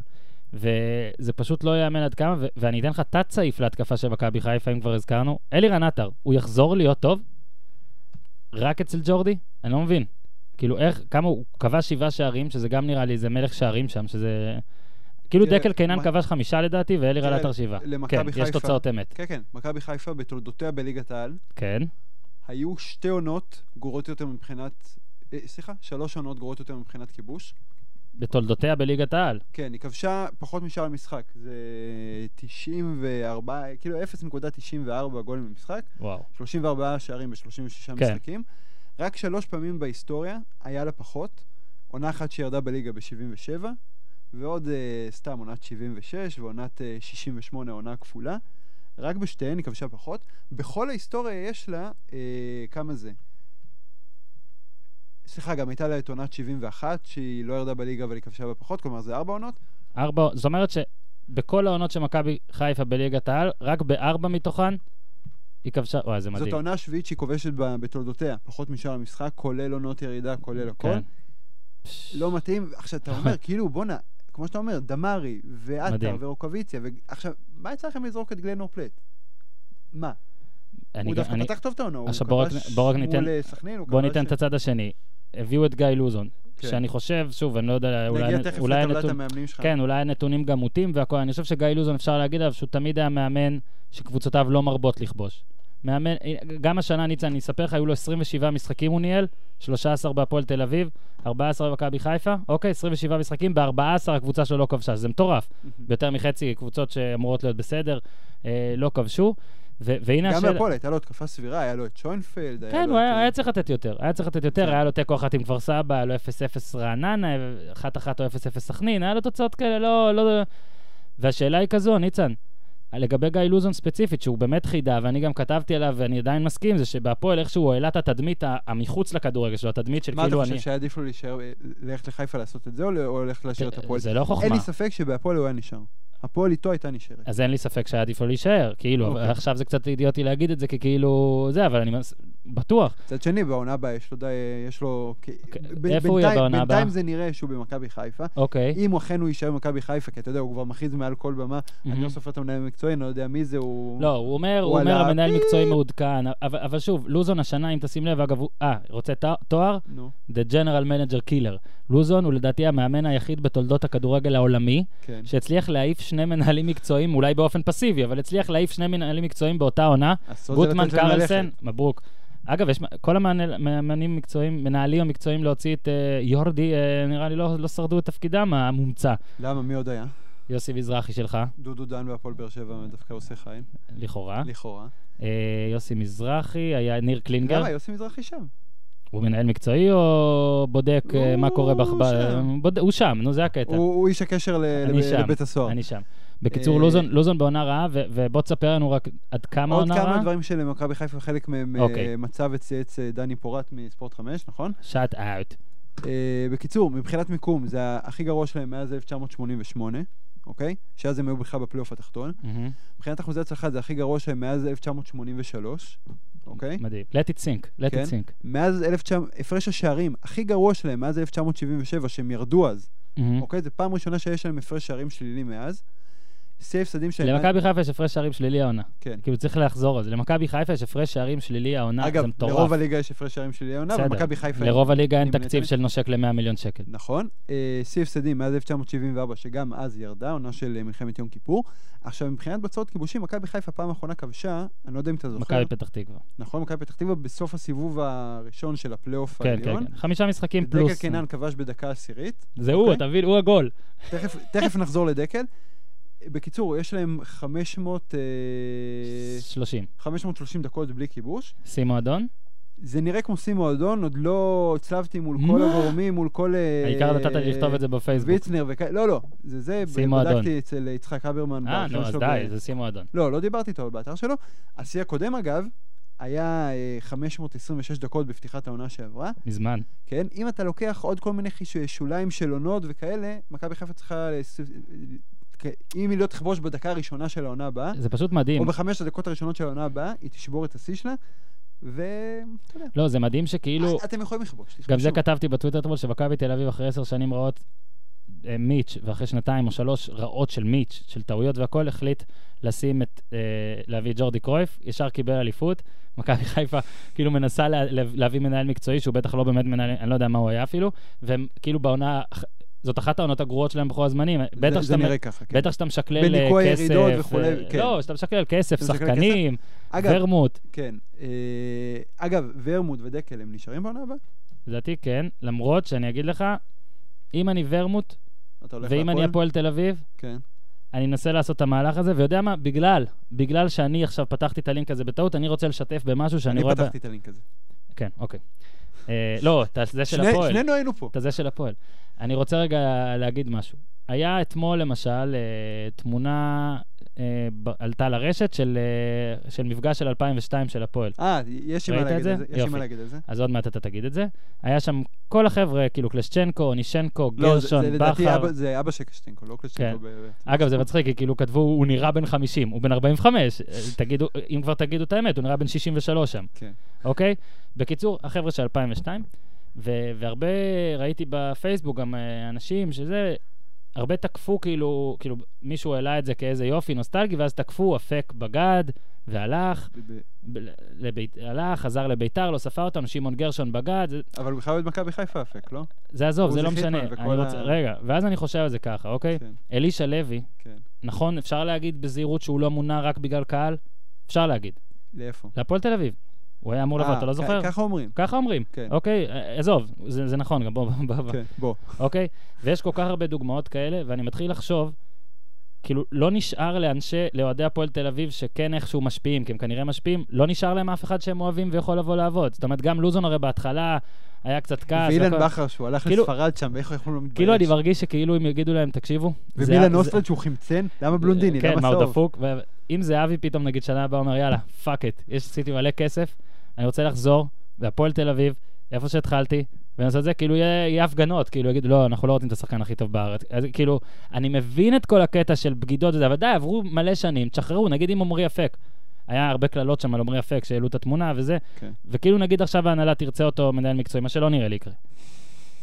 וזה פשוט לא ייאמן עד כמה, ו- ואני אתן לך תת-סעיף להתקפה של מכבי חיפה, אם כבר הזכרנו. אלירן עטר, הוא יחזור להיות טוב? רק אצל ג'ורדי? אני לא מבין. כאילו, איך, כמה, הוא כבש שבעה שערים, שזה גם נראה לי איזה מלך שערים שם, שזה... כאילו תראה, דקל קינן מה- כבש חמישה לדעתי, ואלירן תראה, עטר שבעה. למכבי כן, יש חיפה- תוצאות אמת. כן, כן, מכבי חיפה בתולדותיה בליגת העל, כן. היו שתי עונות גרועות יותר מבחינת... אה, סליחה, שלוש עונות גרועות יותר מבחינת כיבוש. בתולדותיה בליגת העל. כן, היא כבשה פחות משער המשחק. זה 94, כאילו 0.94 גולים במשחק, וואו. 34 שערים ב-36 כן. משחקים. רק שלוש פעמים בהיסטוריה היה לה פחות. עונה אחת שירדה בליגה ב-77, ועוד אה, סתם עונת 76 ועונת אה, 68, עונה כפולה. רק בשתיהן היא כבשה פחות. בכל ההיסטוריה יש לה, אה, כמה זה? סליחה, גם הייתה לה את עונת 71, שהיא לא ירדה בליגה אבל היא כבשה בה פחות, כלומר זה ארבע עונות. ארבע, זאת אומרת שבכל העונות של מכבי חיפה בליגת העל, רק בארבע מתוכן היא כבשה, וואי, זה מדהים. זאת העונה השביעית שהיא כובשת ב- בתולדותיה, פחות משאר המשחק, כולל עונות ירידה, כולל הכל. כן. נכון? לא מתאים. עכשיו, אתה אומר, כאילו, בואנה, כמו שאתה אומר, דמארי, ועטר, מדהים. ורוקוויציה, ועכשיו, מה יצא לכם לזרוק את גלן אופלט? מה? אני הוא גם- דווקא אני- פתח טוב את העונה, הוא עכשיו, בוא רק- כבש בוא רק ניתן- מול אה, סכנין, הוא בוא כבש- ניתן את הצד השני. הביאו את גיא לוזון, כן. שאני חושב, שוב, אני לא יודע, אולי נגיע תכף אולי לטבלת הנתון... המאמנים שלך. כן, אולי הנתונים גם מוטים והכול. אני חושב שגיא לוזון, אפשר להגיד עליו שהוא תמיד היה מאמן שקבוצותיו לא מרבות לכבוש. מאמן, אה, גם השנה, ניצן, אני אספר לך, היו לו 27 משחקים הוא ניהל, 13 בהפועל תל אביב, 14 במכבי חיפה, אוקיי, 27 משחקים, ב-14 הקבוצה שלו לא כבשה, שזה מטורף. ביותר מחצי קבוצות שאמורות להיות בסדר, אה, לא כבשו. ו- והנה גם השאלה- בהפועל הייתה לו התקפה סבירה, היה לו את שוינפלד, היה כן, לו הוא את, היה, אה, היה צריך לתת יותר. היה צריך לתת יותר, כן. היה לו תיקו אחת עם כפר סבא, היה לו 0-0 רעננה, 1-1 או 0-0 סכנין, היה לו תוצאות כאלה, לא... לא... והשאלה היא כזו, ניצן, לגבי גיא לוזון ספציפית, שהוא באמת חידה, ואני גם כתבתי עליו, ואני עדיין מסכים, זה שבהפועל איכשהו הוא העלה את התדמית ה- המחוץ לכדורגל שלו, התדמית של מה אתה כאילו חושב, אני... שעדיף לו להישאר, אה, ללכת לחיפה לעשות את זה, או ל- או ללכת להשאיר את הפועל? זה לא חוכמה. אין לי ספק שבהפועל הוא היה נשאר. הפועל איתו הייתה נשארת. אז אין לי ספק שהיה עדיף לו להישאר, כאילו, אוקיי. אבל עכשיו זה קצת אידיוטי להגיד את זה, כי כאילו, זה, אבל אני מס- בטוח. מצד שני, בעונה הבאה יש לו די... יש לו... כי- ב- אוקיי, איפה הוא יהיה בינתיים- בעונה הבאה? בינתיים זה נראה שהוא במכבי חיפה. אוקיי. אם הוא אכן הוא יישאר במכבי חיפה, כי אתה יודע, הוא כבר מכריז מעל כל במה, אני לא מהמם. סופר את המנהל המקצועי, אני לא יודע מי זה, הוא... לא, הוא אומר, הוא הוא אומר, עלה- המנהל מקצועי מעודכן, אבל, אבל שוב, לוזון השנה, אם תשים לב, אגב, הוא, אה, רוצה ת- תואר? נו, The General Manager Killer. לוזון הוא לדעתי המאמן היחיד בתולדות הכדורגל העולמי, כן. שהצליח להעיף שני מנהלים מקצועיים, אולי באופן פסיבי, אבל הצליח להעיף שני מנהלים מקצועיים באותה עונה, אסור זה גוטמן, לתת להם קרלסן, ללכת. מברוק. אגב, יש, כל המאמן- המאמנים המקצועיים, מנהלים המקצועיים להוציא את אה, יורדי, אה, נראה לי לא, לא שרדו את תפקידם המומצא. למה, מי עוד היה? יוסי מזרחי שלך, דודו דן והפועל באר שבע דווקא עושה חיים, לכאורה. לכאורה. אה, יוסי מזרחי, היה ניר קלינגר. למה, יוסי מזרחי שם? הוא מנהל מקצועי או בודק אה, מה הוא קורה בח... ב- שם. בוד... הוא שם, נו, זה הקטע. הוא הוא איש הקשר ל- אני לב- שם. לבית הסוהר. אני שם. בקיצור, אה, לוזון, לוזון בעונה רעה, ו- ובוא תספר לנו רק עד כמה עוד עונה רעה. כמה דברים שלמכבי חיפה, חלק מהם אה, אוקיי. מצב מצא וצייץ אה, דני פורט מספורט 5, נכון? שאט אאוט. אה, בקיצור, מבחינת מיקום, זה הכי גרוע שלהם מאז 1988, אוקיי? שאז הם היו בכלל בפלייאוף התחתון. מבחינת אחוזי הצלחה זה הכי גרוע שלהם מאז 1983, אוקיי? מדהים. let it sink, let כן. it sink. מאז 1900, הפרש השערים הכי גרוע שלהם מאז 1977, שהם ירדו אז, מהמם. אוקיי? זו פעם ראשונה שיש להם הפרש שערים שלילי מאז. שיא ההפסדים שלהם... למכבי חיפה יש הפרש שערים שלילי העונה. כן. כאילו, צריך לחזור על זה. למכבי חיפה יש הפרש שערים שלילי העונה, אגב, זה מטורף. לרוב הליגה יש הפרש שערים שלילי העונה, בסדר. ומכבי חיפה... לרוב הליגה אין נמנית תקציב מזה. של נושק ל-100 מיליון שקל. נכון. אה, שיא הפסדים מאז 1974, שגם אז ירדה, עונה של אה, מלחמת יום כיפור. עכשיו, מבחינת בצעות כיבושים, מכבי חיפה פעם אחרונה כבשה, אני לא יודע אם אתה זוכר, מכבי פתח תקווה. נכון, מכבי פתח תקווה בסוף הסיבוב הראשון של הפלייאוף כן, כן, העליון. כן. חמישה משחקים דקל פלוס. קינן כבש בדקה עשירית, זה הוא, אוקיי. אתה מבין? הוא הגול. תכף, תכף נחזור לדקל. בקיצור, יש להם 500, אה, 30. 530 דקות בלי כיבוש. שיא מועדון. זה נראה כמו שיא מועדון, עוד לא הצלבתי מול כל מה? הגורמים, מול כל... אה, העיקר נתת לי לכתוב את זה בפייסבוק. ויצנר וכאלה, לא, לא, זה זה, שיא מועדון. בדקתי אצל יצחק אברמן. אה, בארכיון נו, אז שלו די, ב- זה שיא מועדון. לא, לא דיברתי איתו, אבל באתר שלו. השיא הקודם, אגב, היה אה, 526 דקות בפתיחת העונה שעברה, מזמן. כן? אם אתה לוקח עוד כל מיני חיש- אה, שוליים של עונות וכאלה, מכבי חיפה צריכה... לס- כ- אם היא לא תכבוש בדקה הראשונה של העונה הבאה, אה, זה פשוט מדהים. או בחמש הדקות הראשונות של העונה הבאה, היא תשבור את השיא שלה, ואתה יודע, לא, זה מדהים שכאילו... אתם יכולים לכבוש. גם זה תכבשו. כתבתי בטוויטר אתמול, שמכבי תל אביב אחרי עשר שנים רעות אה, מיץ', ואחרי שנתיים או שלוש רעות של מיץ', של טעויות והכל, החליט לשים את... אה, להביא את ג'ורדי קרויף, ישר קיבל אליפות. מכבי חיפה כאילו מנסה לה, לה- להביא מנהל מקצועי, שהוא בטח לא באמת מנהל, אני לא יודע מה הוא היה אפילו, והם כאילו בעונה... זאת אחת העונות הגרועות שלהם בכל הזמנים. זה- בטח זה שאתה נראה ככה, כן. בטח שאתה משקלל אה, כסף. בניכוי הירידות וכולי, אה, כן. לא, שאתה משקלל כסף, אתה משקלל כסף? שחקנים, אגב, ורמוט. כן. אה, אגב, ורמוט ודקל, הם נשארים בעונה הבאה? לדעתי כן, למרות שאני אגיד לך, אם אני ורמוט, אתה הולך ואם אני להפועל? הפועל תל אביב, כן. אני מנסה לעשות את המהלך הזה, ויודע מה? בגלל, בגלל שאני עכשיו פתחתי את הלינק הזה בטעות, אני רוצה לשתף במשהו שאני אני רואה... ב- פתחתי את הלינק הזה. כן, אוקיי. אה, לא, את זה של שני- הפועל. שנינו היינו פה. את הזה של הפועל. אני רוצה רגע להגיד משהו. היה אתמול, למשל, אה, תמונה אה, ב- עלתה לרשת של, אה, של מפגש של 2002 של הפועל. אה, יש לי מה ראית את להגיד זה? על זה? יש לי יופי. מה להגיד על זה. אז עוד מעט אתה תגיד את זה. היה שם כל החבר'ה, כאילו קלשצ'נקו, נישנקו, לא, זה- גרשון, בכר. זה כן. לדעתי אבא- זה אבא של קשטנקו, לא קשטנקו. ב- ב- אגב, זה מצחיק, כי כאילו כתבו, הוא נראה בן 50, הוא בן 45. אה, תגידו, אם כבר תגידו את האמת, הוא נראה בן 63 שם. כן. אוקיי? בקיצור, החבר'ה של 2002, ו- והרבה ראיתי בפייסבוק גם אה, אנשים שזה, הרבה תקפו כאילו, כאילו מישהו העלה את זה כאיזה יופי נוסטלגי, ואז תקפו, אפק בגד, והלך, ב- ב- ב- לבית, הלך, חזר לביתר, לא ספר אותנו, שמעון גרשון בגד, זה, אבל הוא בכלל אוהד מכבי חיפה אפק, לא? זה עזוב, זה עוזי לא משנה. חיטמן אני וכל רוצה, ה- רגע, ואז אני חושב על זה ככה, אוקיי? כן, אלישע לוי, כן. נכון, אפשר להגיד בזהירות שהוא לא מונה רק בגלל קהל? אפשר להגיד. לאיפה? להפועל תל אביב. הוא היה אמור לבוא, אה, אתה לא כ- זוכר? ככה אומרים. ככה אומרים. כן. אוקיי, אה, עזוב, זה, זה נכון, גם בוא, בוא, בוא, כן, בוא. אוקיי? ויש כל כך הרבה דוגמאות כאלה, ואני מתחיל לחשוב, כאילו, לא נשאר לאנשי, לאוהדי הפועל תל אביב, שכן איכשהו משפיעים, כי הם כנראה משפיעים, לא נשאר להם אף אחד שהם אוהבים ויכול לבוא לעבוד. זאת אומרת, גם לוזון הרי בהתחלה היה קצת כעס. ואילן והכל. בכר, שהוא הלך כאילו- לספרד שם, איך אנחנו לא מתבייש? כאילו, אני מרגיש שכאילו אם יגידו להם, תקשיבו, זה- ומילן זה- אוסטרד שהוא חמצן? למה בלונדיני? כן, למה מה, הוא סאוב? דפוק? ו- אם זהבי פתאום, נגיד, שנה הבאה אומר, יאללה, פאק את, יש, עשיתי מלא כסף, אני רוצה לחזור, והפועל תל אביב, איפה שהתחלתי, ולעשות את זה, כאילו, יהיה, יהיה הפגנות, כאילו, יגידו, לא, אנחנו לא רוצים את השחקן הכי טוב בארץ. אז כאילו, אני מבין את כל הקטע של בגידות וזה, אבל די, עברו מלא שנים, תשחררו, נגיד אם עמרי אפק. היה הרבה קללות שם על עמרי אפק, שהעלו את התמונה וזה, כן. וכאילו נגיד עכשיו ההנהלה תרצה אותו מנהל מקצועי, מה שלא נראה לי יקרה.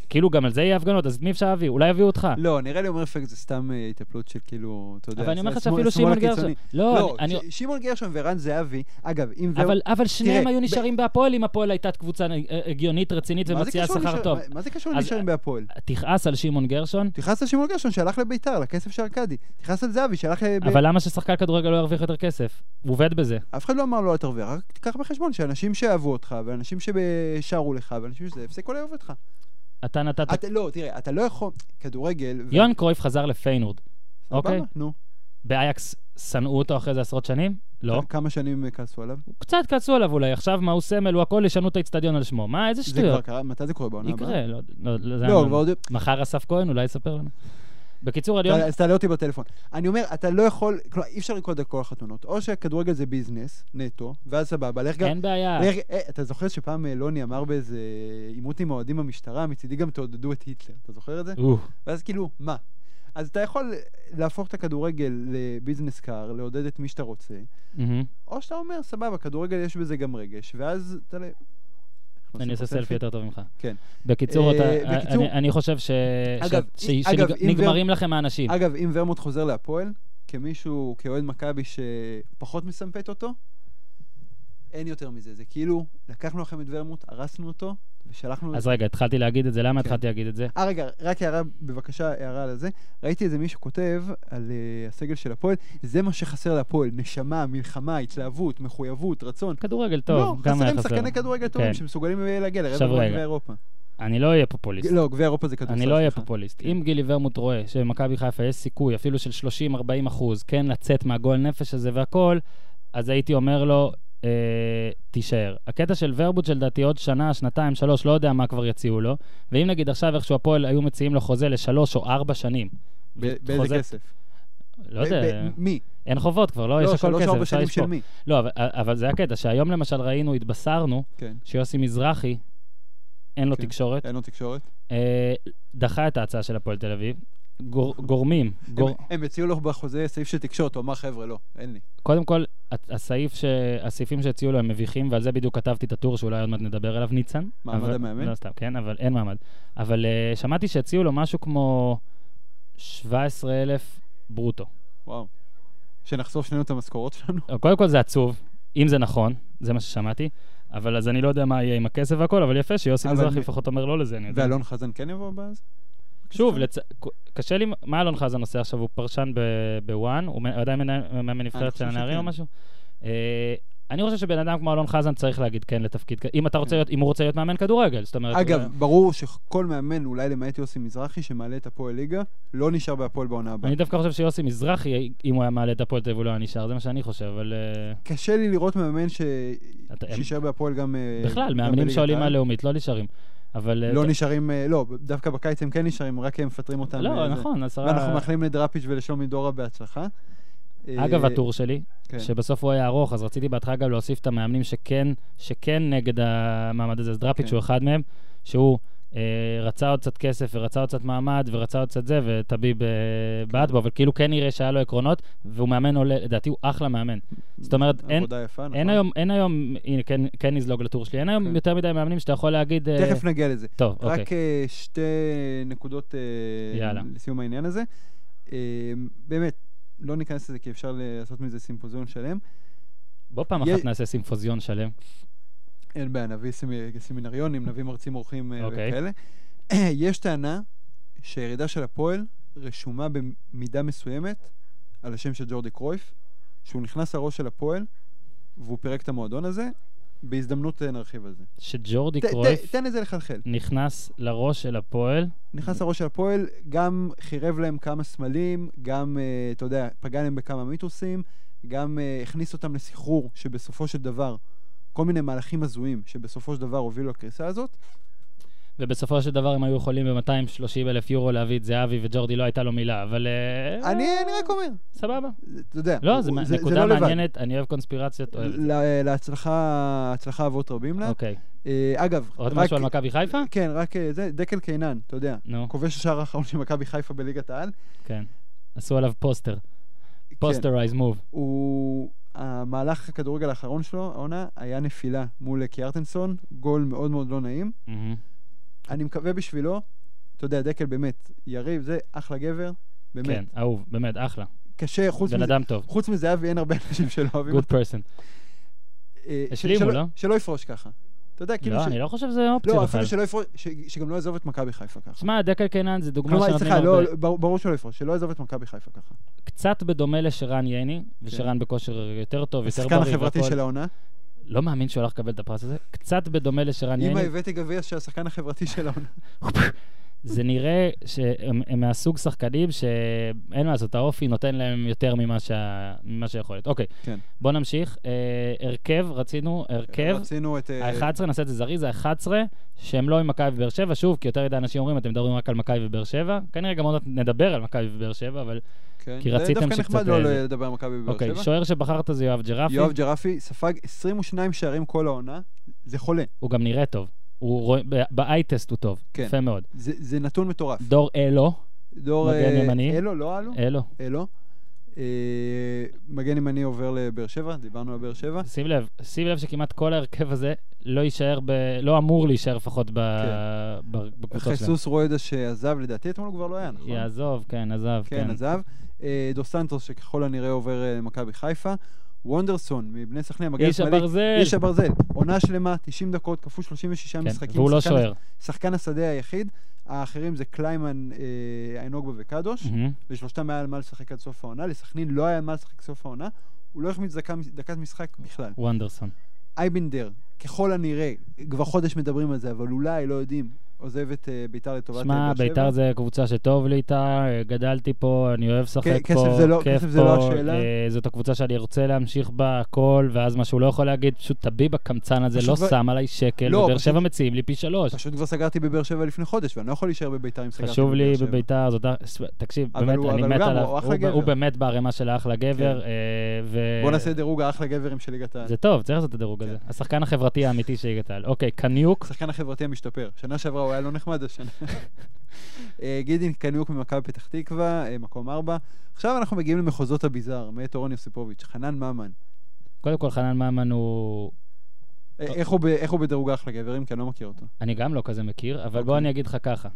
כאילו גם על זה יהיה הפגנות, אז את מי אפשר להביא? אולי יביאו אותך. לא, נראה לי אומר פק זה סתם אה, התאפלות של כאילו, אתה יודע, אבל אני אומר זה לך השמאל- שאפילו השמאל שמעון גרשון. הקיצוני. לא, לא, אני... ש- שמעון גרשון וערן זהבי, אגב, אם... אבל, והוא- אבל שניהם תראה, היו ב- נשארים בהפועל אם הפועל הייתה קבוצה אה, הגיונית, רצינית מה זה ומציעה קשור שכר לנשאר- טוב. מה- מה זה קשור אז- לנשארים בהפועל? תכעס על שמעון גרשון, תכעס על שמעון גרשון שהלך לביתר, לכסף של ארכדי. תכעס על זהבי שהלך ל... אבל למה ששחקן כדורגל לא ירוויח יותר כסף? הוא עובד בזה. אף אחד לא אמר לו אל תרוויח, רק תיקח בחשבון שאנשים שאהבו אותך, ואנשים ששרו לך, ואנשים שזה, הפסיקו לאהוב אותך. אתה נתת... אתה, לא, תראה, אתה לא יכול... כדורגל... ו- יוהאן קרויף חזר לפיינורד. סבבה, אוקיי. נו. באייקס שנאו אותו אחרי זה עשרות שנים? לא. כ- כמה שנים אה, כעסו עליו? קצת כעסו עליו אולי, עכשיו מה הוא סמל, הוא הכל, ישנו את האיצטדיון על שמו. מה, איזה זה כבר שטויות. קרה? מתי זה קורה בעונה הבאה? יקרה, לא, לא, לא, זה לא, אני- כבר עוד... מחר אסף כהן, אולי יספר לנו. בקיצור, עד יום... אתה- אז תעלה אותי בטלפון. אני אומר, אתה לא יכול... כלומר, אי אפשר לקרוא את כל החתונות. או שהכדורגל זה ביזנס, נטו, ואז סבבה. לך גם... אין בעיה. לך- אה, אתה זוכר שפעם אה, לוני אמר באיזה עימות עם האוהדים במשטרה, מצידי גם תעודדו את היטלר. אתה זוכר את זה? אוף. ואז כאילו, מה? אז אתה יכול להפוך את הכדורגל לביזנס קאר, לעודד את מי שאתה רוצה, מהמם. או שאתה אומר, סבבה, כדורגל יש בזה גם רגש, ואז אתה... ל- אנחנו אני עושה פה סלפי יותר טוב ממך. כן. בקיצור, אה, אתה- בקיצור- אני- אני חושב ש- אגב, ש- אם- ש- אגב, שנג- אם נגמרים לכם האנשים. אגב, אם ורמוט חוזר להפועל, כמישהו, כאוהד מכבי שפחות מסמפת אותו, אין יותר מזה. זה כאילו, לקחנו לכם את ורמוט, הרסנו אותו, ושלחנו... אז רגע, התחלתי להגיד את זה, למה כן. התחלתי להגיד את זה? אה, רגע, רק הערה, בבקשה, הערה על זה. ראיתי איזה מישהו כותב על uh, הסגל של הפועל, זה מה שחסר להפועל, נשמה, מלחמה, התלהבות, מחויבות, רצון. כדורגל לא, טוב, כמה היה חסרים חסר. שחקני כדורגל טובים כן. שמסוגלים אה, להגיע לרבע עכשיו גמר רגע. גביע אירופה. אני לא אהיה פופוליסט. לא, גביע אירופה זה כדורסל. אני לא אהיה סליחה. פופוליסט. כן. אם גילי ורמוט רואה שבמכבי חיפה יש סיכוי, אפילו של 30-40 אחוז, כן לצאת מהגול נפש הזה והכל, אז הייתי אומר לו, אה, תישאר. הקטע של ורבוט שלדעתי עוד שנה, שנתיים, שלוש, לא יודע מה כבר יציעו לו, ואם נגיד עכשיו איכשהו הפועל היו מציעים לו חוזה לשלוש או ארבע שנים. ב- באיזה חוזה- כסף? לא יודע, ב- מי? אין חובות כבר, לא? יש לא, הכל שלוש, כסף, ארבע אפשר שנים של לספור. מי? לא, אבל- אבל זה הקטע, שהיום למשל ראינו, התבשרנו, כן. שיוסי מזרחי, אין לו כן. תקשורת, אין לו תקשורת. אה, דחה את ההצעה של הפועל תל אביב. גור- גורמים, גור- הם- הם הציעו לו בחוזה סעיף של תקשורת, הוא אמר, חבר'ה, לא, אין לי. קודם כל, הת- הסעיף ש... הסעיפים שהציעו לו הם מביכים, ועל זה בדיוק כתבתי את הטור שאולי עוד מעט נדבר עליו, ניצן. מעמד אבל... המאמן? לא סתם, כן, אבל אין מעמד. אבל uh, שמעתי שהציעו לו משהו כמו 17,000 ברוטו. וואו. שנחשוף שנינו את המשכורות שלנו? אבל קודם כל זה עצוב, אם זה נכון, זה מה ששמעתי, אבל אז אני לא יודע מה יהיה עם הכסף והכל, אבל יפה שיוסי אבל מזרחי מ- לפחות אומר לא לזה, אני יודע. ואלון חזן כן יבוא באז? שוב, לצ... ק- קשה לי, מה אלון חזן עושה עכשיו? הוא פרשן ב- בוואן? הוא מ- עדיין מנהל- מאמן נבחרת של חושב הנערים שכן. או משהו? אה, אני חושב שבן אדם כמו אלון חזן צריך להגיד כן לתפקיד, כ- אם אתה רוצה כן. להיות, אם הוא רוצה להיות מאמן כדורגל, זאת אומרת... אה, אגב, הוא- ברור שכל מאמן, אולי למעט יוסי מזרחי, שמעלה את הפועל ליגה, לא נשאר בהפועל בעונה הבאה. אני דווקא חושב שיוסי מזרחי, אם הוא היה מעלה את הפועל תל אביב, הוא לא היה נשאר, זה מה שאני חושב, אבל... אה, קשה לי לראות מאמן ש- אתה- הם- שיישאר בהפועל גם... אה, בכלל, גם מאמנים בליגת שעולים העל. מהלאומית לא נשארים, אבל... אה, לא ד- נשארים, אה, לא, דווקא בקיץ הם כן נשארים, רק הם מפטרים אותם. אה, לא, זה. נכון, עשרה... ואנחנו מאחלים לדראפיץ' ולשלומי דורה בהצלחה. אה, אגב, הטור שלי, כן. שבסוף הוא היה ארוך, אז רציתי בהתחלה גם להוסיף את המאמנים שכן, שכן נגד המעמד הזה, אז דראפיץ' כן. הוא אחד מהם, שהוא אה, רצה עוד קצת כסף ורצה עוד קצת מעמד ורצה עוד קצת זה, וטביב אה, בעט בו, אבל כאילו כן נראה שהיה לו עקרונות, והוא מאמן עולה, לדעתי הוא אחלה מאמן. זאת אומרת, אין, עבודה יפה, נכון. אין היום, אין היום, הנה, כן, כן נזלוג לטור שלי, אין היום כן. יותר מדי מאמנים שאתה יכול להגיד... אה, תכף נגיע לזה. טוב, אוקיי. רק אה, שתי נקודות אה, יאללה. לסיום העניין הזה. אה, באמת, לא ניכנס לזה כי אפשר לעשות מזה סימפוזיון שלם. בוא פעם יה- אחת נעשה סימפוזיון שלם. אין בעיה, נביא סמי- סמינריונים, נביא מרצים אורחים אה, אוקיי. וכאלה. יש טענה שהירידה של הפועל רשומה במידה מסוימת על השם של ג'ורדי קרויף, שהוא נכנס לראש של הפועל והוא פירק את המועדון הזה. בהזדמנות אה, נרחיב על זה. שג'ורדי ת- ת- קרויף תן לזה לחלחל. נכנס לראש של הפועל, נכנס לראש של הפועל, גם חירב להם כמה סמלים, גם, אה, אתה יודע, פגע להם בכמה מיתוסים, גם אה, הכניס אותם לסחרור, שבסופו של דבר, כל מיני מהלכים הזויים, שבסופו של דבר הובילו לקריסה הזאת. ובסופו של דבר הם היו יכולים ב-230 אלף יורו להביא את זהבי וג'ורדי לא הייתה לו מילה, אבל... אה, אני אני רק אומר, סבבה. זה- אתה יודע. לא, הוא- זו זה- זה נקודה לא לבד. מעניינת, אני אוהב קונספירציות, אוהב את זה. ל- אה, להצלחה, הצלחה אבות רבים לה. אוקיי. אה, אגב, עוד רק- משהו על מכבי חיפה? כן, רק אה, זה, דקל קינן, אתה יודע. נו, כובש השער האחרון של מכבי חיפה בליגת העל. כן. עשו עליו פוסטר. כן. פוסטרייז מוב. הוא... המהלך הכדורגל האחרון שלו, העונה, היה נפילה מול קיארטנסון, גול מאוד מאוד לא נעים. אני מקווה בשבילו, אתה יודע, דקל באמת, יריב, זה אחלה גבר, באמת. כן, אהוב, באמת, אחלה. קשה, חוץ בן מזה- אדם טוב. חוץ מזהבי אין הרבה אנשים שלא אוהבים גוד אותו. פרסן. אה, ש- השלימו, שלא- לא? שלא יפרוש ככה. אתה יודע, כאילו... לא, ש- אני לא חושב שזה אופציה לא, בכלל. אפילו שלא יפרוש, ש- שגם לא יעזוב את מכבי חיפה ככה. שמע, דקל קינן זה דוגמה כלומר, שנותנים סליחה, לא, הרבה. לא, ברור ברור שלא יפרוש, שלא יעזוב את מכבי חיפה ככה. קצת בדומה לשרן יני, ושרן בכושר יותר טוב, יותר בריא כן. השחקן החברתי והכל. של העונה. לא מאמין שהוא הולך לקבל את הפרס הזה. קצת בדומה לשרן אמא, יני. הבאתי גביע של השחקן החברתי של העונה. זה נראה שהם הם מהסוג שחקנים שאין מה לעשות, האופי נותן להם יותר ממה, שה... ממה שיכול להיות. אוקיי, כן. בואו נמשיך. אה, הרכב, רצינו הרכב. רצינו את... אה, ה-11, נעשה את זה זריז, ה-11, שהם לא עם מכבי ובאר שבע, שוב, כי יותר מדי אנשים אומרים, אתם מדברים רק על מכבי ובאר שבע. כנראה גם עוד מעט נדבר על מכבי ובאר שבע, אבל... כן. כי רציתם זה דווקא שקצת, נחמד לא אה, לדבר על מכבי בבאר אוקיי, שבע. שוער שבחרת זה יואב ג'רפי, יואב ג'רפי ספג 22 שערים כל העונה, זה חולה. הוא גם נראה טוב. הוא רואה, ב- באי-טסט הוא טוב, כן. יפה מאוד. זה זה נתון מטורף. דור אלו, דור... מגן אה, ימני. אלו, לא אלו? אלו, אלו. אה, מגן ימני עובר לבאר שבע, דיברנו על באר שבע. שים לב, שים לב שכמעט כל ההרכב הזה לא יישאר ב... לא אמור להישאר לפחות ב... כן. ב... בקבוצות שלהם. חיסוס רואדה שעזב, לדעתי אתמול הוא כבר לא היה, נכון? יעזוב, כן, עזב, כן, כן. עזב. אה, דו סנטוס שככל הנראה עובר אה, למכבי חיפה. וונדרסון מבני סכנין, מגן איש שמאלי. הברזל! איש הברזל. עונה שלמה, 90 דקות, כפול 36 כן, משחקים. והוא לא שחקן שוער. שחקן השדה היחיד, האחרים זה קליימן, אה, איינוגבה וקדוש. מהמם. לשלושתם היה על מה לשחק עד סוף העונה, לסכנין לא היה על מה לשחק עד סוף העונה, הוא לא החמיץ דקה- דקת משחק בכלל. וונדרסון. אייבנדר, ככל הנראה, כבר חודש מדברים על זה, אבל אולי, לא יודעים, עוזב את אה, ביתר לטובת אה, שמע, באר שבע? ביתר זה קבוצה שטוב לי איתה, אה, גדלתי פה, אני אוהב לשחק כסף פה, זה לא- כיף כסף זה לא פה, השאלה? אה, זאת הקבוצה שאני ארצה להמשיך בה הכל, ואז מה שהוא לא יכול להגיד, פשוט תביב הקמצן הזה, פשוט לא כבר- שם עליי שקל, לא, ובאר פשוט- שבע מציעים לי פי שלוש. פשוט כבר סגרתי בבאר שבע לפני חודש, ואני לא יכול להישאר בביתר אם סגרתי חשוב לי שבע. בביתר, זאת... ה- ס- תקשיב, אבל באמת, הוא- אני אבל מת גם, עליו. הוא אחלה הוא ב- גבר. כן. הוא באמת בערימה של האחלה גבר, אה, ו... בוא נעשה דירוג האחלה גברים של ליגת העל. זה טוב, צריך לעשות את הדירוג כן. הזה. השחקן החברתי האמיתי של ליגת העל. אוקיי, קניוק. השחקן החברתי המשתפר. שנה שעברה הוא היה לא נחמד השנה. אה, גידין קניוק ממכבי פתח תקווה, אה, מקום ארבע. עכשיו אנחנו מגיעים למחוזות הביזאר, מאת אורן יוסיפוביץ', חנן ממן. קודם כל, חנן ממן הוא... אה, טוב. איך הוא ב- איך הוא בדירוג האחלה גברים? כי אני לא מכיר אותו. אני גם לא כזה מכיר, אבל בוא אוקיי. אני אגיד לך ככה.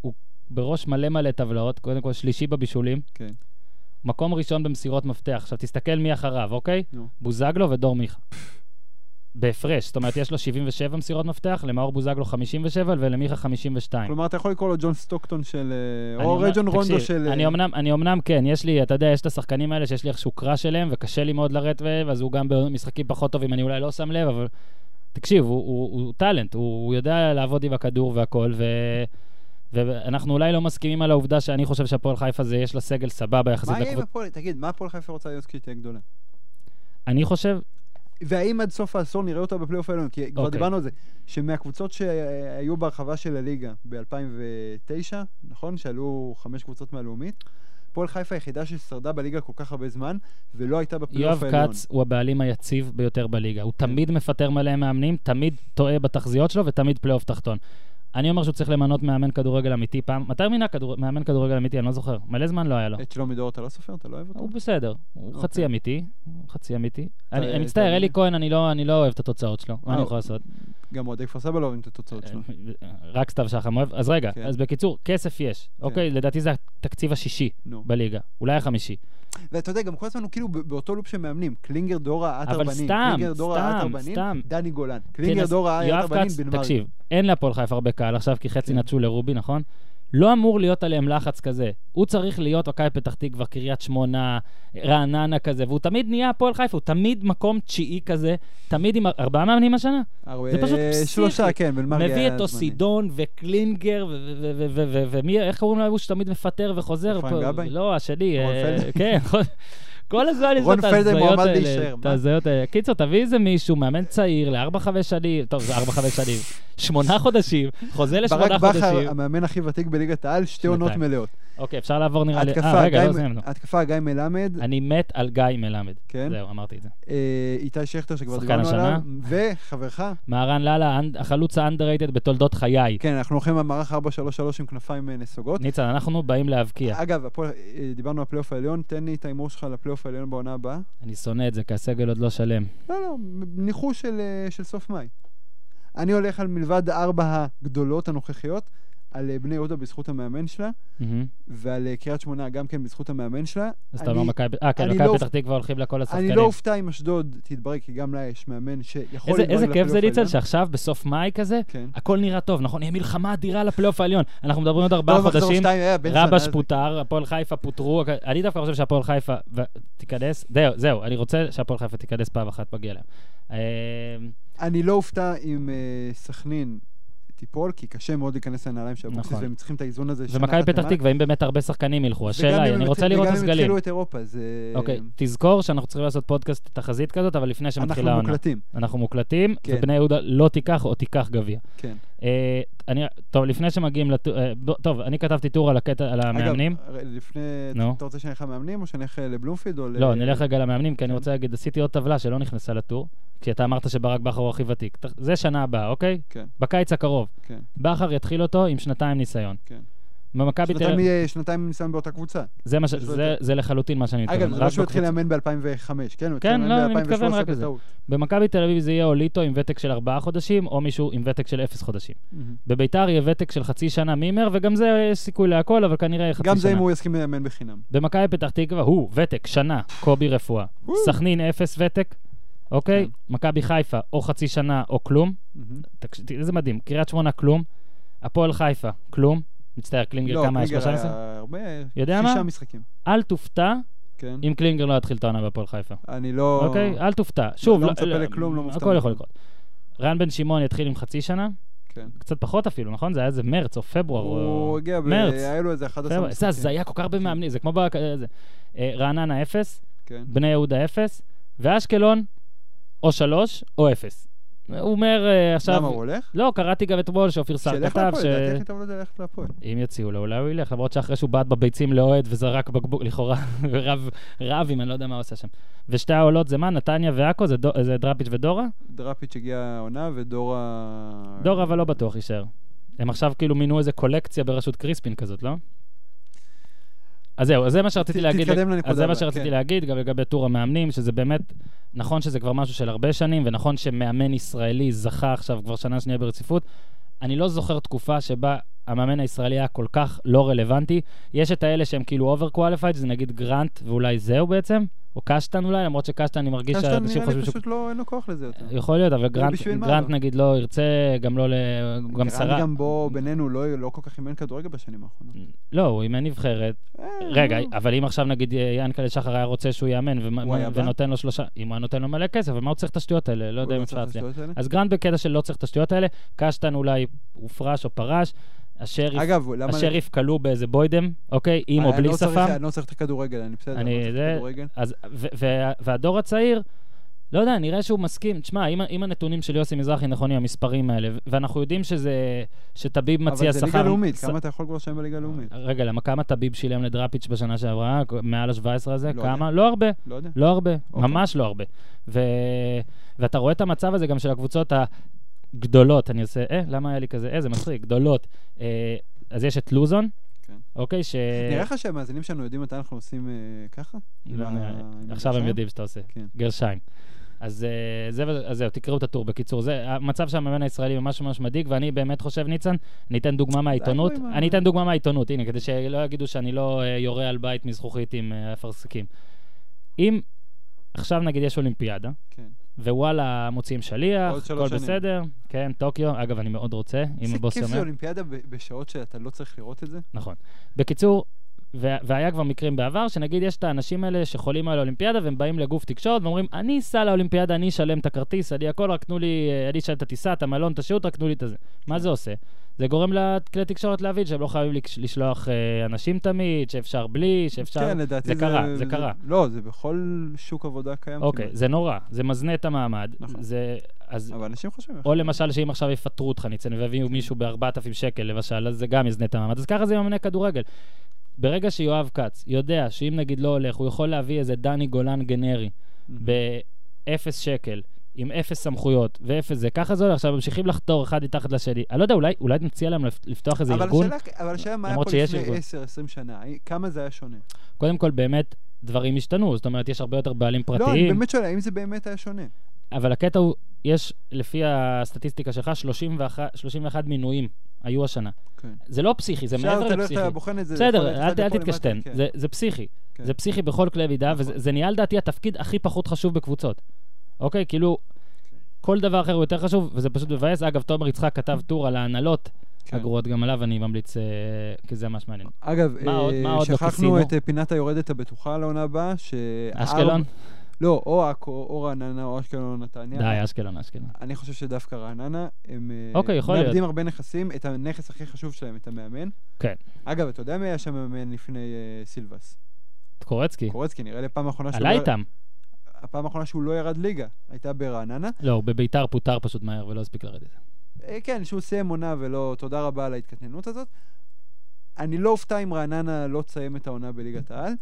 הוא בראש מלא מלא טבלאות, קודם כל שלישי בבישולים. כן. מקום ראשון במסירות מפתח. עכשיו, תסתכל מי אחריו, אוקיי? נו. בוזגלו ודור מיכה. בהפרש, זאת אומרת, יש לו 77 מסירות מפתח, למאור בוזגלו 57 ולמיכה 52. כלומר, אתה יכול לקרוא לו ג'ון סטוקטון של... אה, אני או אומר- רג'ון רונדו תקשיב, של... אה, אני אמנם, אני אמנם כן, יש לי, אתה יודע, יש את השחקנים האלה שיש לי איכשהו קרא שלהם, וקשה לי מאוד לרדת בהם, אז הוא גם במשחקים פחות טובים, אני אולי לא שם לב, אבל... תקשיב, הוא, הוא, הוא טאלנט, הוא, הוא יודע לעבוד עם הכדור והכל, ו... ואנחנו אולי לא מסכימים על העובדה שאני חושב שהפועל חיפה זה, יש לה סגל סבבה יחסית מה יהיה עם לקבוצה. הפועל? תגיד, מה הפועל חיפה רוצה להיות כשהיא תהיה גדולה? אני חושב, והאם עד סוף העשור נראה אותה בפלייאוף העליון? כי כבר אוקיי. דיברנו על זה, שמהקבוצות שהיו בהרחבה של הליגה ב-2009, נכון? שעלו חמש קבוצות מהלאומית, הפועל חיפה היחידה ששרדה בליגה כל כך הרבה זמן, ולא הייתה בפלייאוף יואב העליון. כץ הוא הבעלים היציב ביותר בליגה. הוא כן. תמיד מפטר מלא מאמנים, תמיד טועה בתחזיות שלו ותמיד פלייאוף תחתון. אני אומר שהוא צריך למנות מאמן כדורגל אמיתי פעם. מתי הוא מינה כדור... מאמן כדודרגל אמיתי? אני לא זוכר. מלא זמן לא היה לו. את שלומי דור אתה לא סופר? אתה לא אוהב אותו? הוא בסדר, הוא אוקיי. חצי אמיתי, הוא חצי אמיתי. אני אתה- אני מצטער, אתה- אלי כהן, אני לא אני לא אוהב את התוצאות שלו, מה אני אה, יכול לעשות? גם אוהדי כפר סבא לא אוהבים את אה, התוצאות שלו. רק סתיו שחם אוהב. אז רגע, כן. אז בקיצור, כסף יש. אוקיי, לדעתי זה התקציב השישי נו. בליגה, אולי החמישי. ואתה יודע, גם כל הזמן הוא כאילו ב- באותו לופ שמאמנים. קלינגר דורה עט אבל ארבנים. סתם, קלינגר דורה עט סתם, ארבנים, סתם. דני גולן. קלינגר תנס- דורה עט יואב ארבנים, כץ, בן מרי. תקשיב, אין להפועל חיפה הרבה קהל עכשיו, כי חצי כן. נטשו לרובי, נכון? לא אמור להיות עליהם לחץ כזה. הוא צריך להיות מכבי פתח תקווה, קריית שמונה, רעננה כזה, והוא תמיד נהיה הפועל חיפה, הוא תמיד מקום תשיעי כזה, תמיד עם ארבעה מאמנים השנה? זה פשוט אה, פסיכי. שלושה, כן, בן מרי מביא היה את זמני. אוסידון וקלינגר ו- ו- ו- ו- ו- ומי, איך קוראים לו ההוא שתמיד מפטר וחוזר? אפרים פה? גבאי? לא, השני. רון אה, פלדמן? כן, כל- כל הזמן יש לו רון את פלדמן ההזיות מועמד האלה. להישאר, את מה? ההזיות האלה. קיצור, תביא איזה מישהו, מאמן צעיר, לארבע, חמש שנים, טוב, זה ארבע, חמש שנים, שמונה חודשים, חוזה לשמונה ברק בכר, חודשים. המאמן הכי ותיק בליגת העל, שתי עונות שנתיים. מלאות. אוקיי, אפשר לעבור נראה לי... התקפה, אה, רגע, גיא לא מ- סיימנו. התקפה, גיא מלמד, אני מת על גיא מלמד. כן. זהו, אמרתי את זה. אה, איתי שכטר שכבר שחקן דיברנו השנה. עליו, וחברך. מהרן לאללה, האנ- החלוץ האנדררייטד בתולדות חיי. כן, אנחנו הולכים במערך 433 עם כנפיים אה, נסוגות. ניצן, אנחנו באים להבקיע. אגב, הפועל- אה, דיברנו על הפלייאוף העליון, תן לי את ההימור שלך לפלייאוף העליון בעונה הבאה. אני שונא את זה, כי הסגל עוד לא שלם. לא, לא, ניחוש של, אה, של סוף מאי. אני הולך על מלבד ארבע הגדולות הנוכחיות, על אה, בני יהודה בזכות המאמן שלה, מהמם. ועל אה, קריית שמונה גם כן בזכות המאמן שלה. אז אתה אני- אומר מכבי... אה, כן, אני מכבי לא- פתח תקווה הולכים לכל השחקנים. אני לא אופתע אם אשדוד תתברג, כי גם לה יש מאמן שיכול איזה- להתברג איזה כיף זה, לפלייאוף ניצן, העליון. שעכשיו, בסוף מאי כזה, כן. הכל נראה טוב, נכון? יהיה מלחמה אדירה לפלייאוף העליון. אנחנו מדברים עוד ארבעה טוב, מחזור חודשים, שתיים, אה, בן זונה רבש הזה. פוטר, הפועל חיפה פוטרו. הכ- אני דווקא חושב שהפועל חיפה... ו- תיכנס, זהו, זהו, אני רוצה שהפועל חיפה תיכנס פעם אחת, מגיע להם. אה, אני לא אופתע אם אה, סכנין תיפול, כי קשה מאוד להיכנס לנעליים של אבוקסיס, נכון. והם צריכים את האיזון הזה. שנה ומכבי אחת פתח למעלה. תקווה, אם באמת הרבה שחקנים ילכו, השאלה וגם היא, אם אני הם רוצה יתח- לראות את וגם אם הסגלים. התחילו את אירופה, זה... אוקיי, תזכור שאנחנו צריכים לעשות פודקאסט תחזית כזאת, אבל לפני שמתחילה אנחנו העונה. מוקלטים, אנחנו מוקלטים, כן. ובני יהודה לא תיקח או תיקח גביע. כן. אה, אני, טוב, לפני שמגיעים לטור... אה, בוא- טוב, אני כתבתי טור על הקטע, על המאמנים. אגב, אה, ר- לפני... נו. אתה רוצה שנלך למאמנים, או שנלך אה, לבלומפילד, או ל... לא, נלך רגע למאמנים, כי אני כן. רוצה להגיד, עשיתי עוד טבלה שלא נכנסה לטור, כי אתה אמרת שברק בכר הוא הכי ותיק. ת- זה שנה הבאה, אוקיי? כן. בקיץ הקרוב. כן. בכר יתחיל אותו עם שנתיים ניסיון. כן. במכבי תל שנתיים אה, שנתיים ניסיון באותה קבוצה. זה מה ש- יש לו זה- זה לחלוטין מה שאני מתכוון. אגב, זה רק לא שהוא התחיל בקבוצה. לאמן ב-2005, כן? הוא כן, התחיל לאמן לא, אני מתכוון ב-2013 רק לזה. בטעות. במכבי תל אביב זה יהיה או ליטו עם ותק של ארבעה חודשים, או מישהו עם ותק של אפס חודשים. מהמם. בביתר יהיה ותק של חצי שנה מימר, וגם זה יש סיכוי להכל, אבל כנראה יהיה חצי שנה. גם זה אם הוא יסכים לאמן בחינם. במכבי פתח תקווה, הוא, ותק, שנה, קובי רפואה. וואו. כן. סכנין, אפס ותק, אוקיי? מכבי חיפה, או חצי שנה או כלום. מהמם. תקש- תראה, זה מדהים. קריית שמונה, כלום. הפועל חיפה, כלום. מצטער, קלינגר, לא, כמה יש? קליגר שלושה ניסיון? היה הרבה... יודע מה? שישה משחקים, אל תופתע כן. אם קלינגר לא יתחיל את העונה בהפועל חיפה. אני לא... אוקיי? אל תופתע. שוב, לא מצפה לכלום, לא מופתע הכל יכול מכלום. לקרות. רן בן שמעון יתחיל עם חצי שנה, כן. קצת פחות אפילו, נכון? זה היה איזה מרץ או פברואר או... הוא הגיע, ב- מרץ. היה לו איזה 11 פברואר. זה הזיה, כל כך הרבה מאמנים, זה כמו ב... זה. אה, רעננה אפס, כן. בני יהודה אפס, ואשקלון או שלוש או אפס. הוא אומר אה, עכשיו... למה הוא הולך? לא, קראתי גם אתמול שאופיר סער שילך כתב להפועל, ש... לדעתי הכי טוב לו זה ללכת להפועל. אם יציעו לו, אולי הוא ילך, למרות שאחרי שהוא בעט בביצים לאוהד וזרק בקבוק, לכאורה, רב, רב אם אני לא יודע מה הוא עושה שם. ושתי העולות זה מה? נתניה ועכו? זה, דו- זה דראפיץ' ודורה? דראפיץ' הגיע העונה ודורה... דורה, אבל לא בטוח יישאר. הם עכשיו כאילו מינו איזה קולקציה בראשות קריספין כזאת, לא? אז זהו, אז זה מה שרציתי ת- להגיד. תתקדם לנקודה אז זה מה הבאה, שרציתי כן. להגיד, גם לגבי טור המאמנים, שזה באמת, נכון שזה כבר משהו של הרבה שנים, ונכון שמאמן ישראלי זכה עכשיו כבר שנה שנייה ברציפות. אני לא זוכר תקופה שבה המאמן הישראלי היה כל כך לא רלוונטי. יש את האלה שהם כאילו אובר קואליפייד, שזה נגיד גרנט, ואולי זהו בעצם, או קשטן אולי, למרות שקשטן אני מרגיש קשטן שאנשים נראה לי חושבים שהוא פשוט לא, אין לו כוח לזה יותר. יכול להיות, אבל גרנט, בשביל מה? גרנט נגיד לא ירצה, גם לא ל... גם נראה לי שרה... גם בו בינינו לא, לא כל כך אימן כדורגל בשנים האחרונות. לא, הוא אימן נבחרת. אה, רגע, לא. אבל אם עכשיו נגיד אה, ינקלה שחר היה רוצה שהוא יאמן ומה- הוא היה בא? ונותן לו שלושה... אם הוא היה נותן לו מלא כסף, אבל מה הוא צריך את השטויות האלה? לא יודע אם הוא אפשר צריך להצליח. את השטויות האלה? אז גרנט בקטע של לא צריך את השטויות האלה, קשטן אולי הופרש או פרש, השריף- אגב, למה... השריף כלוא באיזה בוידם, אוקיי? אני- עם או אני בלי לא צריך- שפם. אני לא צריך את הכדורגל, אני בסדר. אני- לא צריך את זה- הכדורגל. אז, ו- וה- והדור הצעיר, לא יודע, נראה שהוא מסכים. תשמע, אם, ה- אם הנתונים של יוסי מזרחי נכונים, המספרים האלה, ו- ואנחנו יודעים שזה, שטביב מציע אבל שכר... אה, זה ליגה לאומית, ש- כמה אתה יכול כבר לשלם בליגה לאומית? רגע, למה כמה טביב שילם לדראפיץ' בשנה שעברה, מעל ה-17 הזה? לא כמה? לא הרבה. לא יודע. לא הרבה, אוקיי. ממש לא הרבה. ו... ואתה רואה את המצב הזה גם של הקבוצות הגדולות, אני עושה, אה, למה היה לי כזה, אה, זה מצחיק, גדולות. אה, אז יש את לוזון, כן. אוקיי, ש... נראה לך שהמאזינים שלנו יודעים מתי אנחנו עושים אה, ככה? עם לא ה- נראה לי. עם עכשיו הם הגרשיים? יודעים שאתה עושה. כן. גרשיים. אז אה, זה וזה- אז זהו, תקראו את הטור בקיצור. זה המצב של המאמן הישראלי ממש ממש מדאיג, ואני באמת חושב, ניצן, אני אתן דוגמה מהעיתונות. עם ה- אני אתן דוגמה מהעיתונות, הנה, כדי שלא יגידו שאני לא אה, יורה על בית מזכוכית עם אה, אפרסקים. אם עכשיו נגיד יש אולימפיאדה, כן. ווואלה מוציאים עוד שליח, שלוש הכל שנים. בסדר, כן, טוקיו, אגב, אני מאוד רוצה, אם איזה הבוס כיף שומע. זה אולימפיאדה ב- בשעות שאתה לא צריך לראות את זה. נכון. בקיצור, ו- והיה כבר מקרים בעבר, שנגיד יש את האנשים האלה שחולים על האולימפיאדה והם באים לגוף תקשורת ואומרים, אני אסע לאולימפיאדה, אני אשלם את הכרטיס, אני הכל, רק תנו לי, אה, אני אשלם את הטיסה, את המלון, את השהות, רק תנו לי את הזה. כן. מה זה עושה? זה גורם לכלי תקשורת להבין שהם לא חייבים לקש- לשלוח אה, אנשים תמיד, שאפשר בלי, שאפשר... כן, לדעתי זה קרה, זה קרה. לא, זה בכל שוק עבודה קיים. אוקיי, כמעט. זה נורא, זה מזנה את המעמד. נכון. זה... אז... אבל אנשים חושבים. או למשל, שאם עכשיו יפטרו אותך, ניצן, ויביאו מישהו ב-4,000 שקל למשל, אז זה גם יזנה את המעמד. אז ככה זה עם אמני כדורגל. ברגע שיואב כץ יודע שאם נגיד לא הולך, הוא יכול להביא איזה דני גולן גנרי ב-0 שקל, עם אפס סמכויות ואפס זה, ככה זה הולך. עכשיו ממשיכים לחתור אחד מתחת לשני. אני לא יודע, אולי, אולי נציע להם לפ- לפתוח איזה אבל ארגון? השאלה- אבל השאלה מה היה למרות פה שיש לפני ארגון. 10-20 שנה, כמה זה היה שונה? לא, קודם כל, באמת, דברים השתנו. זאת אומרת, יש הרבה יותר בעלים לא, אני פרטיים, באמת שואל, האם זה באמת היה שונה? אבל הקטע הוא, יש, לפי הסטטיסטיקה שלך, 31, 31 מינויים היו השנה. כן. זה לא פסיכי, זה עכשיו מעבר אתה לא לפסיכי. אתה בוחן את זה. בסדר, לכל אחד אל, אל לפה למטה, תתקשטן, כן. זה, זה פסיכי. כן. נכון. זה פסיכי בכל כלי מידה, וזה זה נהיה לדעתי התפקיד הכי פחות חשוב בקבוצות. אוקיי? כאילו, כל דבר אחר הוא יותר חשוב, וזה פשוט מבאס. אגב, תומר יצחק כתב טור על ההנהלות כן. הגרועות, גם עליו אני ממליץ, אה, כי זה ממש מעניין. אגב, מה אה, עוד- מה עוד לא שכחנו כיסינו? את אה, פינת היורדת הבטוחה לעונה הבאה, ש... אשקלון? לא, או עכו, או רעננה, או אשקלון, או נתניה. די, אשקלון, אשקלון. אני חושב שדווקא רעננה, הם אה, אוקיי, יכול להיות. מאבדים הרבה נכסים, את הנכס הכי חשוב שלהם, את המאמן. כן. אגב, אתה יודע מי היה שם מאמן לפני אה, סילבס? קורצקי. קורצקי, נראה לי הפעם האחרונה שהוא עלה לא- איתם. הפעם האחרונה שהוא לא ירד ליגה, הייתה ברעננה. לא, הוא בביתר פוטר פשוט מהר ולא הספיק לרדת. אה, כן, שהוא סיים עונה ולא, תודה רבה על ההתקטננות הזאת. אני לא אופתע אם רעננה לא תסיים את העונה בליגת העל.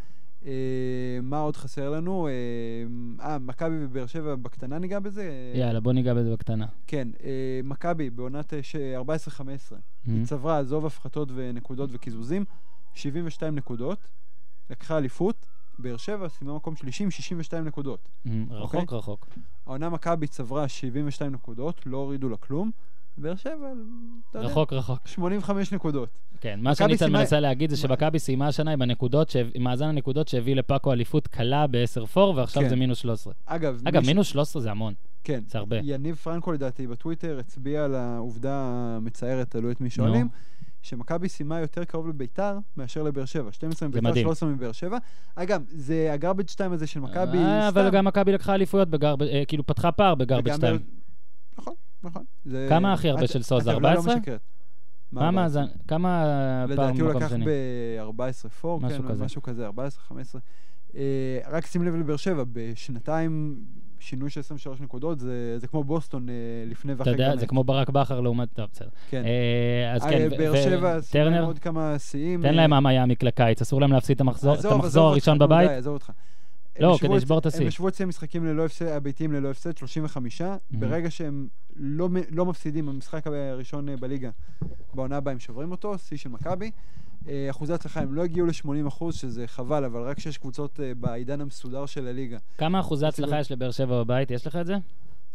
אה, מה עוד חסר לנו? אה, אה, מכבי ובאר שבע בקטנה ניגע בזה? אה, יאללה, בוא ניגע בזה בקטנה. כן, אה, מכבי בעונת אה, ש- 14-15. Mm. היא צברה, עזוב הפחתות ונקודות וקיזוזים, 72 נקודות, לקחה אליפות, באר שבע סיימה מקום שלישי עם 62 נקודות. אמ, רחוק, אוקיי. רחוק. העונה מכבי צברה 72 נקודות, לא הורידו לה כלום, באר שבע, אתה יודע, רחוק, רחוק. 85 נקודות. כן, מה מכבי שניצן סיימה- מנסה להגיד זה מה- שמכבי סיימה השנה עם הנקודות, שהב- עם מאזן הנקודות שהביא לפאקו אליפות קלה ב-10-4, ועכשיו כן. זה מינוס 13. אגב, אגב, מי ש- מינוס 13 זה המון, כן. זה הרבה. יניב פרנקו לדעתי בטוויטר הצביע על העובדה המצערת, תלוי את מי שואלים, שמכבי סיימה יותר קרוב לביתר מאשר לבאר שבע. 12 מביתר, מדהים. 2 13 מבאר שבע. אגב, זה הגרבג' 2 הזה של מכבי, אה, סתם. אבל גם מכבי לקחה אליפויות, בגרב- אה, כאילו פתחה פער בגרבג' וגם לא- 2. באר- נכון. נכון. זה- כמה הכי הרבה את- של סוזה? את טבלה לא 14? משקרת. מה המאזן? כמה פער לדעתי הוא במקום לקח שני? ב-14 פור, משהו כן, כזה. משהו כזה, 14, 15. אה, רק שים לב לבאר שבע, בשנתיים שינוי של 23 נקודות, זה זה כמו בוסטון אה, לפני אתה ואחרי יודע, גרנט. זה כמו ברק בכר לעומת... טוב, בסדר. כן. אה, אז כן, אה, ו- באר ו- שבע, שים להם טרנר, עוד כמה שיאים. תן אה, להם מהמיאמיק לקיץ, אסור להם להפסיד את המחזור- את עזוב, המחזור עזוב הראשון אותך, נו, בבית. די, עזוב אותך. לא, הם ישבו כדי לשבור את השיא. הם ישבו אצלי משחקים ללא הפסד, הביתיים ללא הפסד, 35. ברגע שהם לא מ- לא מפסידים במשחק הראשון אה, בליגה, בעונה הבאה הם שוברים אותו, שיא של מכבי. אה, אחוזי הצלחה הם לא הגיעו ל-80 אחוז, שזה חבל, אבל רק שש קבוצות אה, בעידן המסודר של הליגה. כמה אחוזי אפילו- הצלחה יש לבאר שבע בבית? יש לך את זה? אה?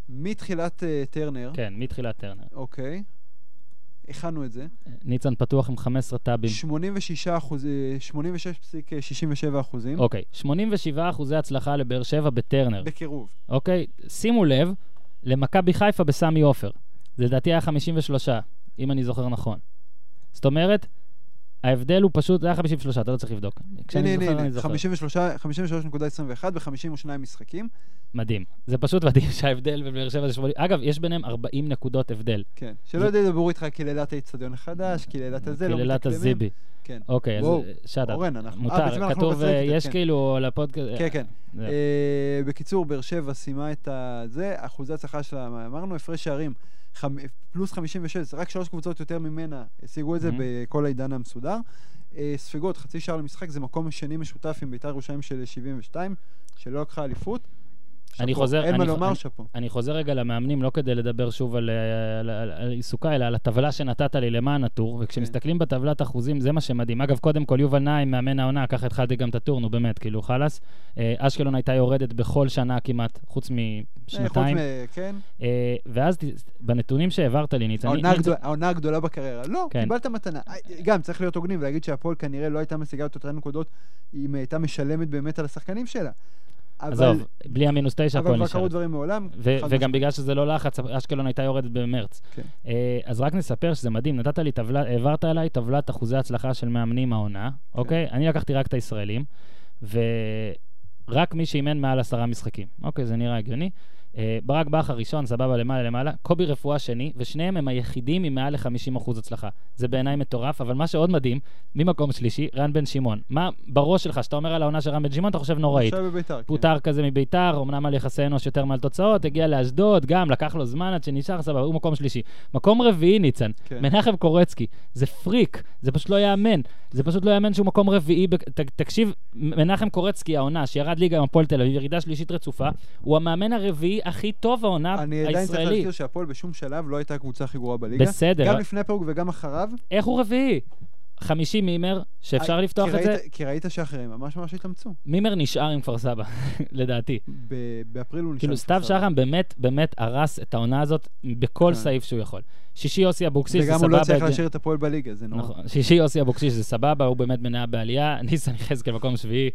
מתחילת אה, טרנר, כן, מתחילת טרנר. אוקיי, הכנו את זה, ניצן פתוח עם 15 טאבים. 86 אחוז, אה, 86.67 אחוזים, אוקיי, 87 אחוזי הצלחה לבאר שבע בטרנר. בקירוב. אוקיי, שימו לב, למכבי חיפה בסמי עופר. זה לדעתי היה 53, אם אני זוכר נכון. זאת אומרת, ההבדל הוא פשוט, זה היה 53, אתה לא צריך לבדוק. כשאני הנה, זוכר, הנה, אני הנה, זוכר. 53 53.21 ב-52 משחקים. מדהים. זה פשוט מדהים שההבדל בבאר שבע זה 80. אגב, יש ביניהם 40 נקודות הבדל. כן. שלא ידברו איתך קללת האיצטדיון החדש, קללת הזה, לא מתקדמים. קללת הזיבי. כן. כאילו, אוקיי, אז וואו, שאט אורן, אנחנו... אה, בעצם מותר, אנחנו כתוב, אה, בסלקטד, יש כן. כאילו לפודקאסט... כן, כן. זה- אה, בקיצור, באר שבע סיימה את ה... זה, אחוזי הצלחה שלה, מה אמרנו, הפרש שערים, חמ... פלוס 56, רק שלוש קבוצות יותר ממנה השיגו את זה מהמם. בכל העידן המסודר. אה, ספיגות, חצי שער למשחק, זה מקום שני משותף עם בית"ר ירושלים של 72, שלא לקחה אליפות. אני שאפו. חוזר- אין מה אני- לומר, אני- שאפו. אני חוזר רגע למאמנים, לא כדי לדבר שוב על, אה, על, על, על עיסוקה, אלא על הטבלה שנתת לי למען הטור, כן. וכשמסתכלים בטבלת אחוזים, זה מה שמדהים. אגב, קודם כל, יובל נעים, מאמן העונה, ככה התחלתי גם את הטור, נו באמת, כאילו, חלאס. אה, אשקלון הייתה יורדת בכל שנה כמעט, חוץ אה, חוץ משנתיים. מ- כן. אה, ואז ת- בנתונים שהעברת לי, ניצן... העונה ניצן- הגדול- העונה הגדולה בקריירה. לא, כן. קיבלת מתנה. אה, גם, צריך להיות הוגנים ולהגיד שהפועל כנראה לא הייתה משיגה את אותן נקודות אם הייתה משלמת באמת על השחקנים שלה. אבל- עזוב, בלי המינוס תשע, אבל הכל כבר נשאר. קרו דברים מעולם. ו- חד וגם בגלל שזה לא לחץ, אשקלון הייתה יורדת במרץ. כן. אה, אז רק נספר שזה מדהים, נתת לי טבלה, העברת עליי טבלת אחוזי הצלחה של מאמנים העונה, כן. אוקיי? אני לקחתי רק את הישראלים, ורק מי שאימן מעל עשרה משחקים. אוקיי, זה נראה הגיוני. אה, ברק בכר ראשון, סבבה, למעלה למעלה, קובי רפואה שני, ושניהם הם היחידים עם מעל ל-50% הצלחה. זה בעיניי מטורף, אבל מה שעוד מדהים, ממקום שלישי, רן בן שמעון. מה בראש שלך, שאתה אומר על העונה של רן בן שמעון, אתה חושב נוראית. עכשיו בביתר, כן. פוטר כזה מביתר, אמנם על יחסי אנוש יותר מעל תוצאות, הגיע לאשדוד, גם לקח לו זמן עד שנשאר, סבבה, הוא מקום שלישי. מקום רביעי, ניצן, כן. מנחם קורצקי, זה פריק, זה פשוט לא ייאמן, זה פשוט לא ייאמן שהוא מקום רביעי, בק- ת- תקשיב, מ- מנחם קורצקי העונה, שירד ליגה עם הפועל תל אביב, ירידה שלישית רצופה, הוא המאמן הרביעי הכי טוב העונה אני עדיין צריך הישראלי. להזכיר שהפועל בשום שלב לא הייתה הקבוצה הכי גרועה בליגה. בסדר, גם לפני הפרק וגם אחריו. איך הוא רביעי? חמישי מימר, שאפשר אה, לפתוח כי את זה, ראית- כי ראית שאחרים ממש ממש התאמצו. מימר נשאר עם כפר סבא, לדעתי. ב- באפריל הוא נשאר. כאילו, סתיו בסדר. שחם באמת, באמת הרס את העונה הזאת בכל כן. סעיף שהוא יכול. שישי יוסי אבוקסיס, זה וגם סבבה. הוא לא הצליח הגיע- להשאיר את הפועל בליגה, זה נורא. נכון. שישי יוסי אבוקסיס, זה סבבה, הוא באמת מניה בעלייה. ניסן יחזקאל מקום שביעי.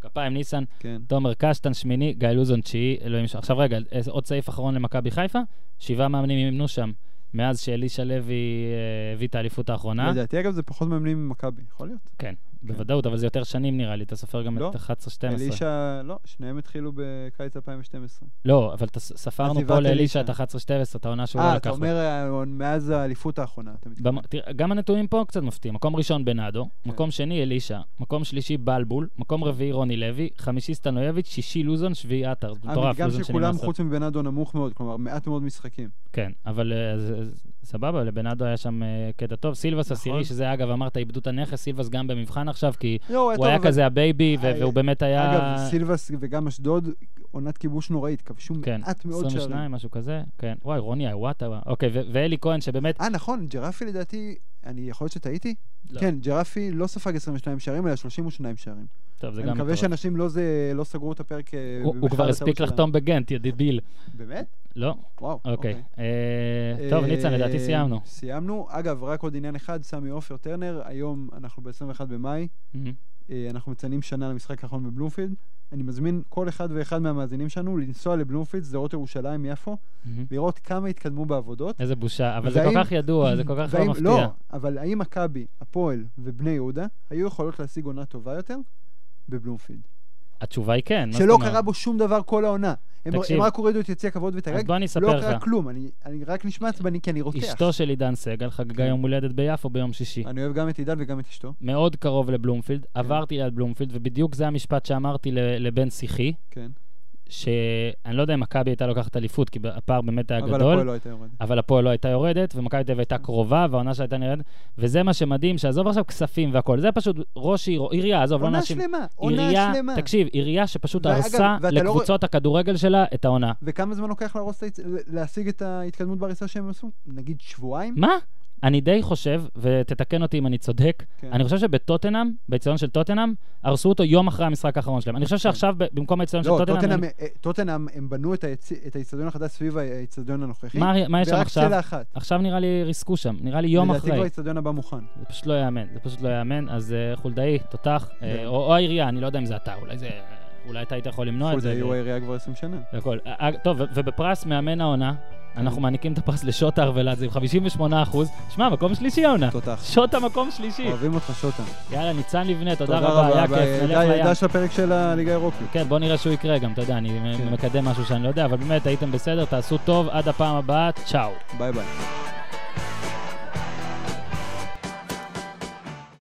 כפיים, ניסן. כן. תומר קשטן שמיני, גיא לוזון תשיעי, אלוהים שם. עכשיו רגע, אה, עוד סעיף אחרון למכבי חיפה. שבעה מאמנים אימנו שם, מאז שאלישע לוי אה, הביא את האליפות האחרונה. לדעתי, אגב, זה פחות מאמנים ממכבי, יכול להיות. כן, בוודאות, אבל זה יותר שנים נראה לי, אתה סופר גם לא. את 11-12. אלישע, לא, שניהם התחילו בקיץ 2012. לא, אבל אתה ס- ספרנו עזיבת פה לאלישע אלישע. את 11-12, את העונה שהוא לא לקח. אה, אתה לו. אומר אה, מאז האליפות האחרונה, אתה מתכוון. במ- תראה, גם הנתונים פה קצת מפתיעים. מקום ראשון בנאדו, כן. מקום שני אלישע, מקום שלישי בלבול, מקום רביעי רוני לוי, חמישי סטנויביץ', שישי לוזון, שביעי עטר. זה מטורף, המדגם לוזון שני אה, שכולם מעשר. חוץ מבנאדו נמוך מאוד, כלומר, מעט מאוד משחקים. כן, אבל אה, אז- אז סבבה, לבנאדו היה שם אה, קטע טוב. סילבס נכון. עשירי, שזה אגב, אמרת, איבדו את הנכס, סילבס גם במבחן עכשיו, כי לא, הוא הוא היה טוב, אבל- כזה הבייבי, ו- אה, והוא באמת היה... אגב, סילבס וגם אשדוד, עונת כיבוש נוראית, כבשו כן, מעט מאוד שערים. 22, משהו כזה. כן, וואי, רוני אוואטה. אוקיי, ו- ואלי כהן, שבאמת... אה, נכון, ג'רפי לדעתי, אני יכול להיות שטעיתי? לא. כן, ג'רפי לא ספג 22 שערים, אלא 32 שערים. טוב, זה אני גם מקווה מטורף. שאנשים לא זה- לא סגרו את הפרק... אה, הוא- הוא בכלל כבר הטעות הספיק שלהם. לחתום בגנט, ידידיל. באמת? לא? וואו. אוקיי. אה, טוב, אה, ניצן, לדעתי סיימנו. סיימנו. אגב, רק עוד עניין אחד, סמי עופר טרנר, היום אנחנו ב-21 במאי, מהמם. אה, אנחנו מציינים שנה למשחק האחרון בבלומפילד. אני מזמין כל אחד ואחד מהמאזינים שלנו לנסוע לבלומפילד, שדרות ירושלים, יפו, מהמם. לראות כמה התקדמו בעבודות. איזה בושה, אבל זה כל והאם- כך ידוע, אה, זה כל כך לא והאם- מפתיע. לא, אבל האם מכבי, הפועל ובני יהודה היו יכולות להשיג עונה טובה יותר בבלומפילד? התשובה היא כן. מה זאת שלא אומרת? קרה בו שום דבר כל העונה. הם תקשיב. הם רק הורידו את יציא הכבוד ואת אז הרגל, בוא אני אספר לא לך. קרה כלום, אני- אני רק נשמע עצבני כי אני רותח. אשתו של עידן סגל חגגה כן. יום הולדת ביפו ביום שישי. אני כן. אוהב גם את עידן וגם את אשתו. מאוד קרוב לבלומפילד, עברתי ליד בלומפילד, ובדיוק זה המשפט שאמרתי ל- לבן שיחי, כן. שאני לא יודע אם מכבי הייתה לוקחת אליפות, כי הפער באמת היה אבל הפועל גדול, לא הייתה יורדת. אבל הפועל לא הייתה יורדת, ומכבי תל אביב הייתה קרובה, והעונה שלה הייתה נראית, וזה מה שמדהים, שעזוב עכשיו כספים והכול, זה פשוט ראש עיר- עירייה, עזוב, לא עונה נשים. שלמה, עונה עירייה, שלמה. תקשיב, עירייה שפשוט ואגב, הרסה ואתה לא לקבוצות הכדורגל שלה את העונה. וכמה זמן לוקח להרוס את היצ... להשיג את ההתקדמות בהריסה שהם עשו? נגיד שבועיים? מה? אני די חושב, ותתקן אותי אם אני צודק, כן. אני חושב שבטוטנאם, באיצטדיון של טוטנאם, הרסו אותו יום אחרי המשחק האחרון שלהם. אני חושב שעכשיו, ב- במקום האיצטדיון של נכון. לא, טוטנאם... טוטנאם, אני- אה, טוטנאם, הם בנו את היצ- את האיצטדיון החדש סביב האיצטדיון הנוכחי. מה- מה יש שם ורק עכשיו? צלע אחת. עכשיו נראה לי ריסקו שם, נראה לי יום לדעתי כבר אחרי. האיצטדיון הבא מוכן. זה פשוט לא ייאמן, זה פשוט לא ייאמן. אז אה, חולדאי, תותח, אה, כן. או או העירייה, אני לא יודע אם זה אתה, אולי זה... אולי אתה היית יכול למנוע את חולדה זה. היו ו- העירייה כבר 20 שנה. והכל. אה, אה, טוב, ו- ובפרס מאמן העונה, אנחנו מעניקים את הפרס לשוטה ארוולאדזה עם 58 אחוז. שמע, מקום שלישי העונה. תותח. שוטה מקום שלישי. אוהבים אותך, שוטה. יאללה, ניצן לבנה, תודה רבה, היה כיף, נלך די, לים. דש לפרק של הליגה האירופית. כן, בוא נראה שהוא יקרה גם, אתה יודע, אני כן. מקדם משהו שאני לא יודע, אבל באמת הייתם בסדר, תעשו טוב, עד הפעם הבאה, צ'או. ביי ביי.